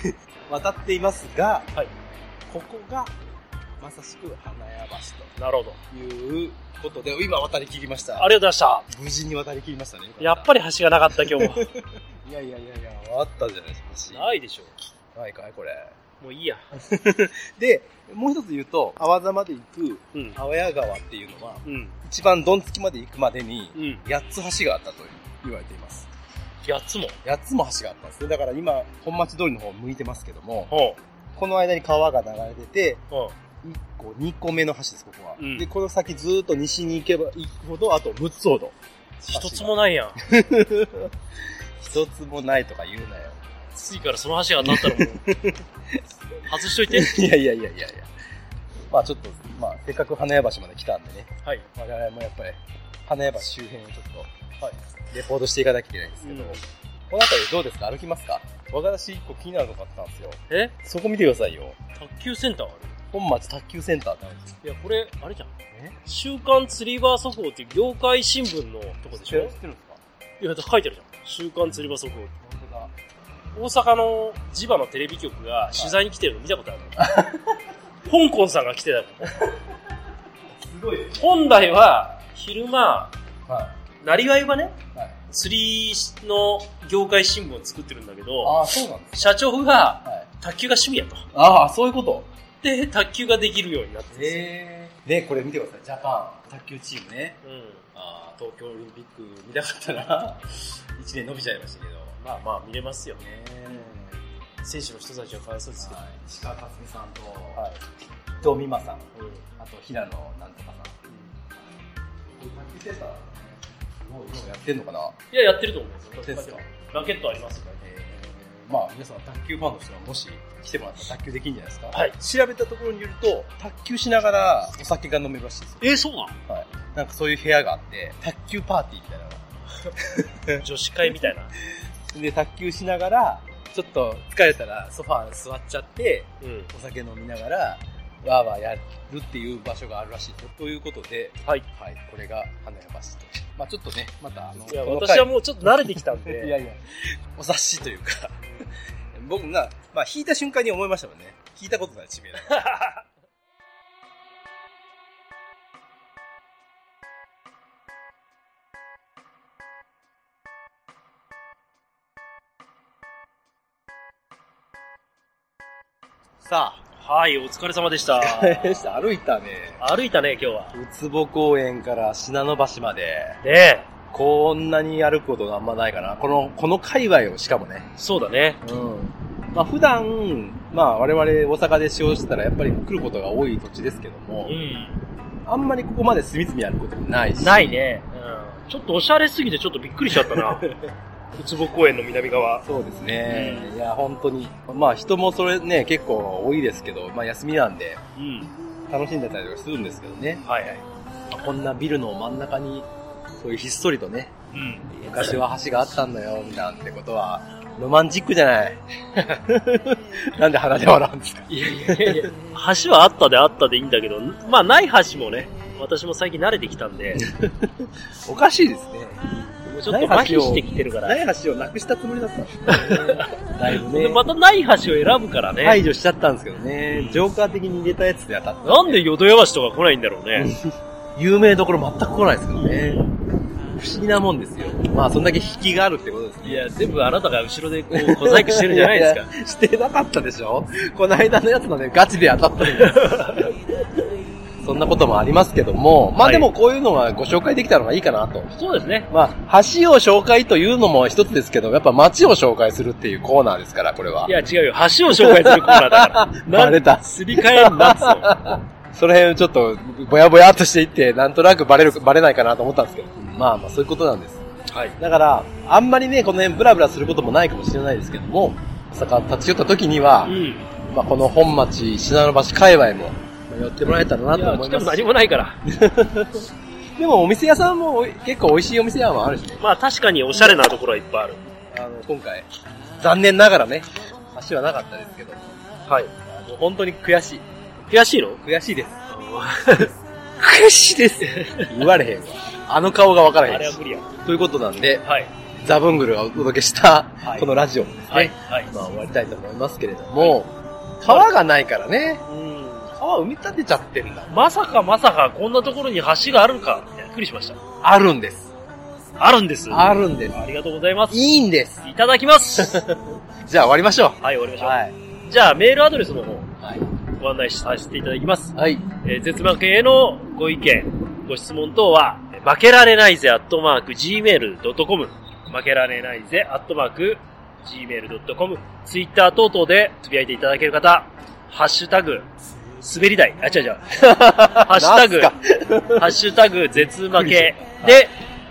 A: 渡っていますが、
D: はい
A: ここが、まさしく花屋
D: なるほど。
A: 橋ということで、今渡り切りました。
D: ありがとうございました。
A: 無事に渡り切りましたね。
D: やっぱり橋がなかった今日も。
A: り。いやいやいやいや、あったじゃないですか。
D: [LAUGHS] ないでしょ。
A: ないかい、これ。
D: もういいや。
A: で、もう一つ言うと、淡座まで行く、
D: うん。
A: 淡谷川っていうのは、
D: うん。
A: 一番どんつきまで行くまでに、
D: うん。
A: 八つ橋があったと言われています。
D: 八つも。
A: 八つも橋があったんですね。だから今、本町通りの方を向いてますけども、
D: ほ
A: この間に川が流れてて、
D: う。うん。
A: 1個、2個目の橋です、ここは。
D: うん
A: で、この先ずーっと西に行けば行くほど、あと6つほど。 [LAUGHS]
D: 一つもないやん。
A: 一つもないとか言うなよ。
D: 次からその橋が当たったら [LAUGHS] もう。外しといて。
A: [LAUGHS] いやいやいやいやいや。まあちょっと、まあせっかく花屋橋まで来たんでね、
D: はい。
A: 我々もやっぱり、花屋橋周辺をちょっと、はい、レポートしていかなきゃいけないんですけど、
D: うん
A: この辺りどうですか歩きますか私一個気になるのがあったんですよ。
D: え
A: そこ見てくださいよ。
D: 卓球センターあ
A: 本町卓球センターってあるんですよ。
D: るいや、これ、あれじゃん。
A: え
D: 週刊釣りバー速報っていう業界新聞のとこでし
A: て
D: ょ
A: るんですか
D: いや、書いてあるじゃん。週刊釣りバー速報って。
A: 本当だ。
D: 大阪の地場のテレビ局が取材に来てるの見たことあるの香港さんが来てたの。
A: すごいです。
D: 本来は、昼間、
A: は
D: なりわいはね、
A: い。はい。
D: 釣りの業界新聞を作ってるんだけど、
A: ああ、そうなんです
D: 社長が
A: か。はい。
D: 卓球が趣味やと。
A: ああ、そういうこと。
D: で、卓球ができるようになってて、
A: ええ。ね、これ見てください。ジャパン、卓球チームね。
D: うん。
A: ああ、東京オリンピック見たかったな。 [LAUGHS] 一年伸びちゃいましたけど。
D: まあまあ見れますよね。
A: ね
D: 選手の人たちはかわいそうですけど。
A: はい。石川佳純さんと、はい。伊藤美誠さん。
D: うん。
A: あと、平野なんとかさん。卓球センターもうやってんのかな。
D: いや、やってると思うんです
A: で
D: よ。
A: すか。
D: ラケットありますよね。
A: えーまあ、皆さん、卓球ファンの人はもし来てもらったら卓球できるんじゃないですか。
D: はい
A: 調べたところによると、卓球しながらお酒が飲めるらしいですよ。
D: えそうな
A: はい。なんかそういう部屋があって、卓球パーティーみたいなのが
D: の女子会みたいな。
A: で、卓球しながら、ちょっと疲れたらソファー座っちゃって、
D: うん。
A: お酒飲みながら、わーわーやるっていう場所があるらしいですよ。ということで、
D: はい。
A: はい、これが花屋橋と。まあちょっとね、またあの、
D: いや、
A: この
D: 私
A: 回
D: はもうちょっと慣れてきたんで。
A: いやいや、お察しというか、僕な、まあ引いた瞬間に思いましたもんね。引いたことない、地名だから。さ
D: はい、お疲れ様で [LAUGHS] した。
A: あ、 [LAUGHS] 歩いたね。
D: 歩いたね、今日は。
A: うつぼ公園から信濃橋まで、
D: ねえ。
A: こんなに歩くことあんまないかな。この、この界隈をしかもね。
D: そうだね。
A: うん。まあ普段、まあ我々大阪で使用してたらやっぱり来ることが多い土地ですけども、
D: ん。
A: あんまりここまで隅々歩くこともないし。
D: ない。ね。うん。ちょっとおしゃれすぎてちょっとびっくりしちゃった [LAUGHS] な。ウツボ公園の南側。
A: そうですね。いや、本当に。まあ人もそれね、結構多いですけど、まあ休みなんで
D: うん。
A: 楽しんでたりとかするんですけどね。
D: はいはい。
A: まあこんなビルの真ん中に、そういうひっそりとね、
D: うん。
A: 昔は橋があったんだよ、なんてことは、ロマンチックじゃない。 [LAUGHS] なんで鼻で笑うんですか
D: いやいやいやいや橋はあったであったでいいんだけど、まあない橋もね、私も最近慣れてきたん [LAUGHS] で、
A: おかしいですね。
D: もうちょっと麻痺してきてるか
A: [LAUGHS]
D: ら。
A: ない橋をなくしたつもりだったんですね。だいぶね。
D: でまたない橋を選ぶからね。
A: 排除しちゃったんですけどね。ジョーカー的に入れたやつで当たった。
D: なんで淀屋橋とか来ないんだろうね。
A: 有名どころ全く来ないですけどね。不思議なもんですよ。まあ、そんだけ引きがあるってことですね。
D: いや、全部あなたが後ろでこう、小細工してるんじゃないですか。
A: いやいや [LAUGHS] してなかったでしょこの間のやつのね、ガチで当たったんです。
D: [LAUGHS]
A: そんなこともありますけども、まあ
D: はい
A: でもこういうのがご紹介できたのがいいかなと。
D: そうですね。
A: まあ、橋を紹介というのも一つですけど、やっぱ街を紹介するっていうコーナーですから、これは。
D: いや、違うよ。橋を紹介するコーナーだから。
A: [LAUGHS] バレた。
D: すり替えんなっつうの
A: その辺ちょっと、ぼやぼやっとしていって、なんとなくバレる、バレないかなと思ったんですけど。まあまあ、そういうことなんです。
D: はい。
A: だから、あんまりね、この辺ブラブラすることもないかもしれないですけども、大阪立ち寄った時には [LAUGHS]
D: う、ん。
A: まあ、この本町、信濃橋界隈も、まあ寄ってもらえたらないと
D: や、
A: 思
D: 来
A: い
D: て
A: ます
D: も何もないから。
A: でも、お店屋さんもおい結構美味しいお店屋もあるしね。
D: まあ確かにおしゃれなところはいっぱいある。
A: あの、今回、残念ながらね、橋はなかったですけど、
D: はい。
A: あの本当に悔しい。
D: 悔しいの
A: 悔しいです。屈指です。言われへんわ。あの顔がわから
D: [LAUGHS] あ
A: へん
D: れは
A: し。
D: 無理や。
A: ということなんで、
D: はい。
A: ザブングルがお届けした、
D: はい
A: このラジオもですね、
D: はい。はい。
A: まあ終わりたいと思いますけれども、川がないからね、
D: うん。
A: 川埋め立てちゃってんだ。
D: まさかまさかこんなところに橋があるか。びっくりしました。
A: あるんです。
D: あるんです。
A: あるんです。
D: ありがとうございます。い
A: いいんです。
D: ただ
A: [LAUGHS]
D: きます。はい、
A: じゃあ終わりましょ
D: 終わりまし
A: う。
D: ょう。
A: はい。
D: じゃあ、メールアドレスの方、
A: はい。
D: ご案内させていただきます。
A: はい。
D: えー絶幕へのご意見、ご質問等は、えー負けられないぜ、アットマーク、gmail.com、負けられないぜ、アットマーク、gmail.com、ツイッター等々でつぶやいていただける方、ハッシュタグ、滑り台、あ、
A: [LAUGHS]
D: 違う違う、ハッシュタグ、
A: なんす
D: [LAUGHS] ハッシュタグ、絶負けで、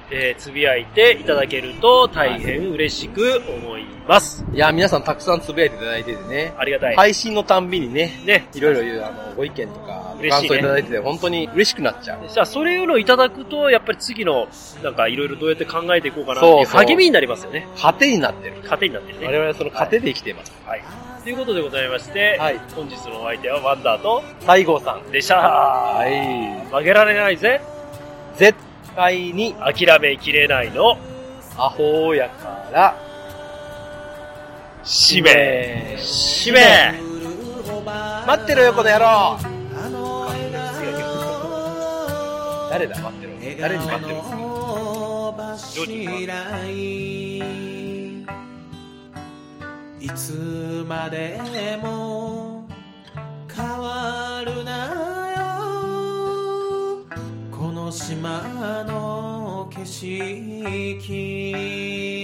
D: えーつぶやいていただけると大変嬉しく思います。
A: かいや、皆さんたくさんつぶやいていただいててね、
D: ありがたい。
A: 配信のたんびにね、
D: ね。
A: いろいろ言う、あの、ご意見とか、ご
D: 嬉し
A: 感想い
D: いね
A: ただいてて、本当に嬉しくなっちゃう。
D: じゃあ、そういうのをいただくと、やっぱり次の、なんかいろいろどうやって考えていこうかなっていう
A: そうそう
D: 励みになりますよね。
A: 糧になってる。
D: 糧になってる
A: 我
D: ね。
A: 々はその糧で生きています。
D: はい。ということでございまして、
A: はい
D: 本日のお相手はワンダーと、
A: 西郷さん。
D: でした。
A: はい。
D: 曲げられないぜ、
A: 絶対に
D: 諦めきれないの、
A: アホやから、
D: 使命。使命
A: 待ってろよ、この野郎
E: あの
A: 誰だ、待ってろ。誰に待ってる
E: いつまでも変わるなよこの島の景色